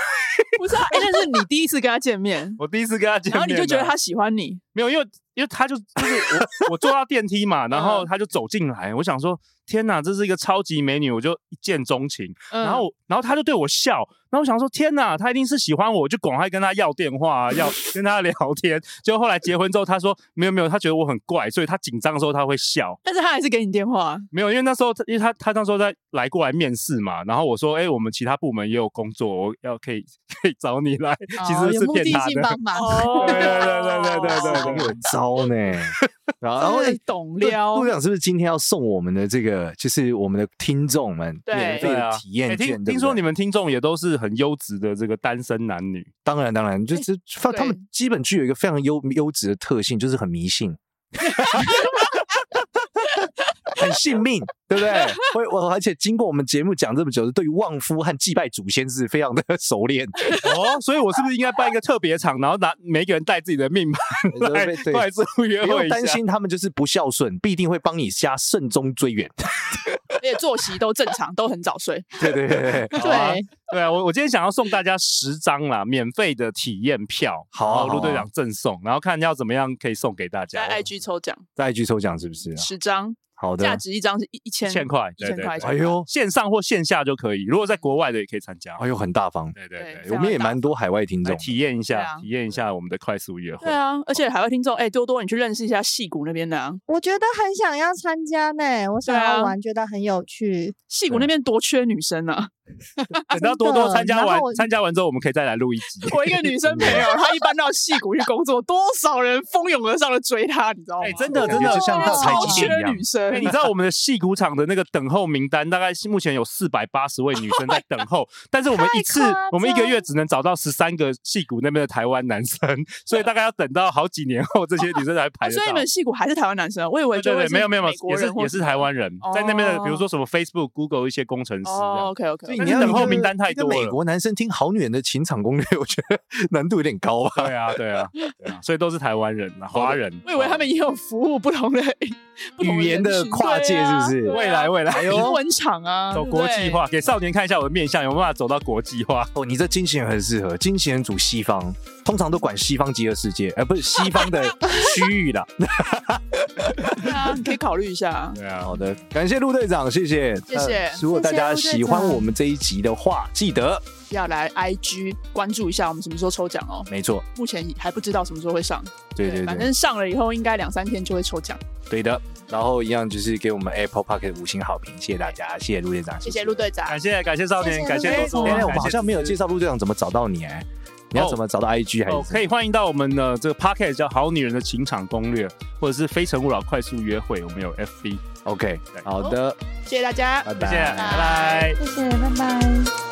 Speaker 1: 不是啊，哎，那是你第一次跟他见面
Speaker 3: 我第一次跟她见面
Speaker 1: 然
Speaker 3: 啊、
Speaker 1: 后你就觉得他喜欢你，
Speaker 3: 没有，因为因为他就就是我我坐到电
Speaker 1: *laughs*
Speaker 3: 梯嘛，然
Speaker 1: 嗯
Speaker 3: 后他就走进来，我想说天哪，这是一个超级美女，我就一见钟情。
Speaker 1: 嗯 *laughs*
Speaker 3: 然后然后他就对我笑，然后我想说天哪，他一定是喜欢我，我就赶快跟他要电话、啊，要 *laughs* 跟他聊天。结果后来结婚之后，他说没有没有，他觉得我很怪，所以他紧张的时候他会笑。
Speaker 1: 但是他还是给你电
Speaker 4: 哦
Speaker 1: 话，
Speaker 3: 没有，因为那时候他因为他他那时候在来过来面试嘛，然后我说哎、我们其他部门也有工作，我要可以可以以找你来， *laughs* 其
Speaker 4: 哦
Speaker 3: 实
Speaker 4: 有
Speaker 3: 是
Speaker 4: 目
Speaker 3: 骗
Speaker 4: 的
Speaker 3: 他
Speaker 4: 性
Speaker 3: 的
Speaker 4: 帮。忙，
Speaker 1: 哦
Speaker 3: 对对 *laughs* 对对对对对
Speaker 5: 很有招哦 *laughs* 呢。然后，然后
Speaker 1: 真
Speaker 5: 哎
Speaker 1: 的懂
Speaker 5: 陆
Speaker 1: 撩
Speaker 5: 陆，长是不是今天要送我们的这个，就是我们的听众们
Speaker 1: 对
Speaker 5: 免费
Speaker 3: 对啊
Speaker 5: 的，体验
Speaker 3: 哎
Speaker 5: 券？
Speaker 3: 听
Speaker 5: 对不
Speaker 3: 听说
Speaker 5: 对
Speaker 3: 你们听众也都是很优质的这个单身男女，
Speaker 5: 当然当然，就是放他们基本具有一个非常优优质的特性，就是很迷
Speaker 3: *laughs*
Speaker 5: 信，很信命，对不对？会我而且经过我们节目讲这么久，对于旺夫和祭拜祖先是非常的 *laughs* 熟练，
Speaker 3: 哦，所以我是不是应该办一个特别场，然后拿每个人带自己的命
Speaker 5: 对
Speaker 3: 盘来
Speaker 5: 对对
Speaker 3: *laughs* 来祝约
Speaker 5: 不
Speaker 3: 会
Speaker 5: 用
Speaker 3: 一
Speaker 5: 担
Speaker 3: 下？
Speaker 5: 心他们就是不孝顺，必定会帮你家慎终追
Speaker 3: *laughs*
Speaker 5: 远。
Speaker 1: 而且作息都正 *laughs* 常，都很早睡。
Speaker 5: 对对对
Speaker 3: *laughs*
Speaker 5: 对，
Speaker 3: 好啊
Speaker 4: 对，
Speaker 3: 对啊，我我今天想要送大家十张啦，免费的体验票，
Speaker 5: 好啊
Speaker 3: 然
Speaker 5: 好
Speaker 3: 后
Speaker 5: 啊
Speaker 3: 哦陆队长赠送，然后看要怎么样可以送给大家。哦
Speaker 1: 在 IG 抽奖
Speaker 5: 再一句抽奖是不是？啊
Speaker 1: 十张，
Speaker 5: 好的
Speaker 1: 价，值一张是一一千
Speaker 3: 一千块，
Speaker 1: 一
Speaker 3: 对
Speaker 1: 千
Speaker 3: 对
Speaker 1: 块
Speaker 3: 对
Speaker 5: 哎呦
Speaker 3: 线上或线下就可以，如果在国外的也可以参加。
Speaker 5: 哎呦，很大方，
Speaker 3: 对对
Speaker 1: 对
Speaker 3: 对
Speaker 1: 非，
Speaker 5: 我
Speaker 1: 常
Speaker 5: 们也
Speaker 1: 大
Speaker 5: 蛮多海外听
Speaker 3: 来
Speaker 5: 众。
Speaker 3: 体验一
Speaker 1: 对
Speaker 3: 下，
Speaker 1: 啊
Speaker 3: 体验一下我们的快速约会
Speaker 1: 对。啊，而且海外听众，哎，多多你去认识一下戏谷那边的啊，
Speaker 4: 我觉得很想要参加呢，我想
Speaker 1: 对啊
Speaker 4: 要玩，觉得很有趣。
Speaker 1: 戏谷那边多缺女生
Speaker 3: *laughs*
Speaker 1: 啊，
Speaker 3: 等到多多参加
Speaker 4: 然
Speaker 3: 完
Speaker 4: 后我，
Speaker 3: 参加完之后，我们可以再来录一集。
Speaker 1: *laughs* 我一个女
Speaker 3: *laughs*
Speaker 1: 生朋友，她一般到戏谷去工作，多少人蜂拥而上的追她，你知道吗？
Speaker 3: 哎真的
Speaker 5: 感觉
Speaker 3: 真的
Speaker 5: 就像
Speaker 1: 她
Speaker 5: 到台
Speaker 1: 啊超
Speaker 5: 积电
Speaker 1: 缺
Speaker 5: 一样
Speaker 1: 女。生啊
Speaker 3: 哎，你知道我们的戏骨场的那个等候名单，大概是目前有四百八十位女
Speaker 1: *laughs*
Speaker 3: 生在等候，但是我们一次
Speaker 4: 太夸张，
Speaker 3: 我们一个月只能找到十三个戏骨那边的台湾男生，所以大概要等到好几年后，这些女
Speaker 1: *laughs*
Speaker 3: 生才排
Speaker 1: 哦
Speaker 3: 得
Speaker 1: 所以你
Speaker 3: 到。
Speaker 1: 们戏骨还是台湾男生啊，我以为
Speaker 3: 对
Speaker 1: 就
Speaker 3: 对
Speaker 1: 会
Speaker 3: 对，没有没有，没
Speaker 1: 美
Speaker 3: 有
Speaker 1: 国
Speaker 3: 也是
Speaker 1: 人
Speaker 3: 也是台湾人，在那边的，比如说什么 Facebook、Google 一些工程师这
Speaker 1: 哦
Speaker 3: 样。
Speaker 1: ，OK OK，
Speaker 5: 所以
Speaker 3: 但
Speaker 5: 你
Speaker 3: 是
Speaker 5: 要
Speaker 3: 等
Speaker 5: 一
Speaker 3: 候
Speaker 5: 个
Speaker 3: 名单太
Speaker 5: 一个
Speaker 3: 多
Speaker 5: 美
Speaker 3: 了
Speaker 5: 国男生听好女人的情场攻略，我觉得 *laughs* 难度有点高
Speaker 3: *laughs*
Speaker 5: 啊。
Speaker 3: 对
Speaker 1: *laughs*
Speaker 3: 啊，对啊，对啊，所以都是台湾人啊，华人。
Speaker 1: 我以为他们也有服务不同的不同
Speaker 5: 语
Speaker 1: 人
Speaker 5: 言的
Speaker 1: 群啊
Speaker 5: 跨界是不？是？
Speaker 1: 对啊
Speaker 3: 未来未来
Speaker 1: 对啊 *laughs* 英文场啊，
Speaker 3: 走
Speaker 1: 对不
Speaker 3: 国
Speaker 1: 对
Speaker 3: 际化，给少年看一下我的面相，有没有办法走到国际化？
Speaker 5: 哦， *laughs* 你这金星人很适合，金星人主西方，通常都管西方极乐世界，而、呃不是西方的区域啦。
Speaker 1: *laughs* 对啊，你可以考虑一下啊。
Speaker 3: 对啊，
Speaker 5: 好的，感谢陆队长，谢谢，
Speaker 1: 谢谢
Speaker 5: 如果大家
Speaker 4: 谢谢陆队
Speaker 5: 喜欢
Speaker 4: 长
Speaker 5: 我们这一集的话，记得，
Speaker 1: 要来 IG 关注一下我们什么时候抽奖哦。
Speaker 5: 没错，
Speaker 1: 目前还不知道什么时候会上，
Speaker 5: 对对
Speaker 1: 反
Speaker 5: 对，
Speaker 1: 正上了以后应该两三天就会抽奖。
Speaker 5: 对的。然后一样就是给我们 Apple Park 的五星好评，谢谢大家，谢谢陆队长，
Speaker 1: 谢谢陆队长，
Speaker 3: 感谢感谢少年，感
Speaker 4: 谢
Speaker 3: 谢
Speaker 4: 谢
Speaker 3: 多
Speaker 4: 陆
Speaker 3: 多，
Speaker 4: 队
Speaker 5: 哎、
Speaker 4: 长
Speaker 5: 我们好像没有介
Speaker 3: 绍。
Speaker 5: 绍陆队长怎么找到你哎、你要怎么找到 IG 还是、
Speaker 3: 哦，可以欢迎到我们的这个 podcast 叫《好女人的情场攻略》，或者是《非诚勿扰快速约会》，我们有 FB，
Speaker 5: OK，
Speaker 3: 对
Speaker 5: 好的，哎
Speaker 1: 谢谢大家，
Speaker 5: 拜拜，
Speaker 3: 谢谢，拜拜。
Speaker 4: 谢谢，拜拜。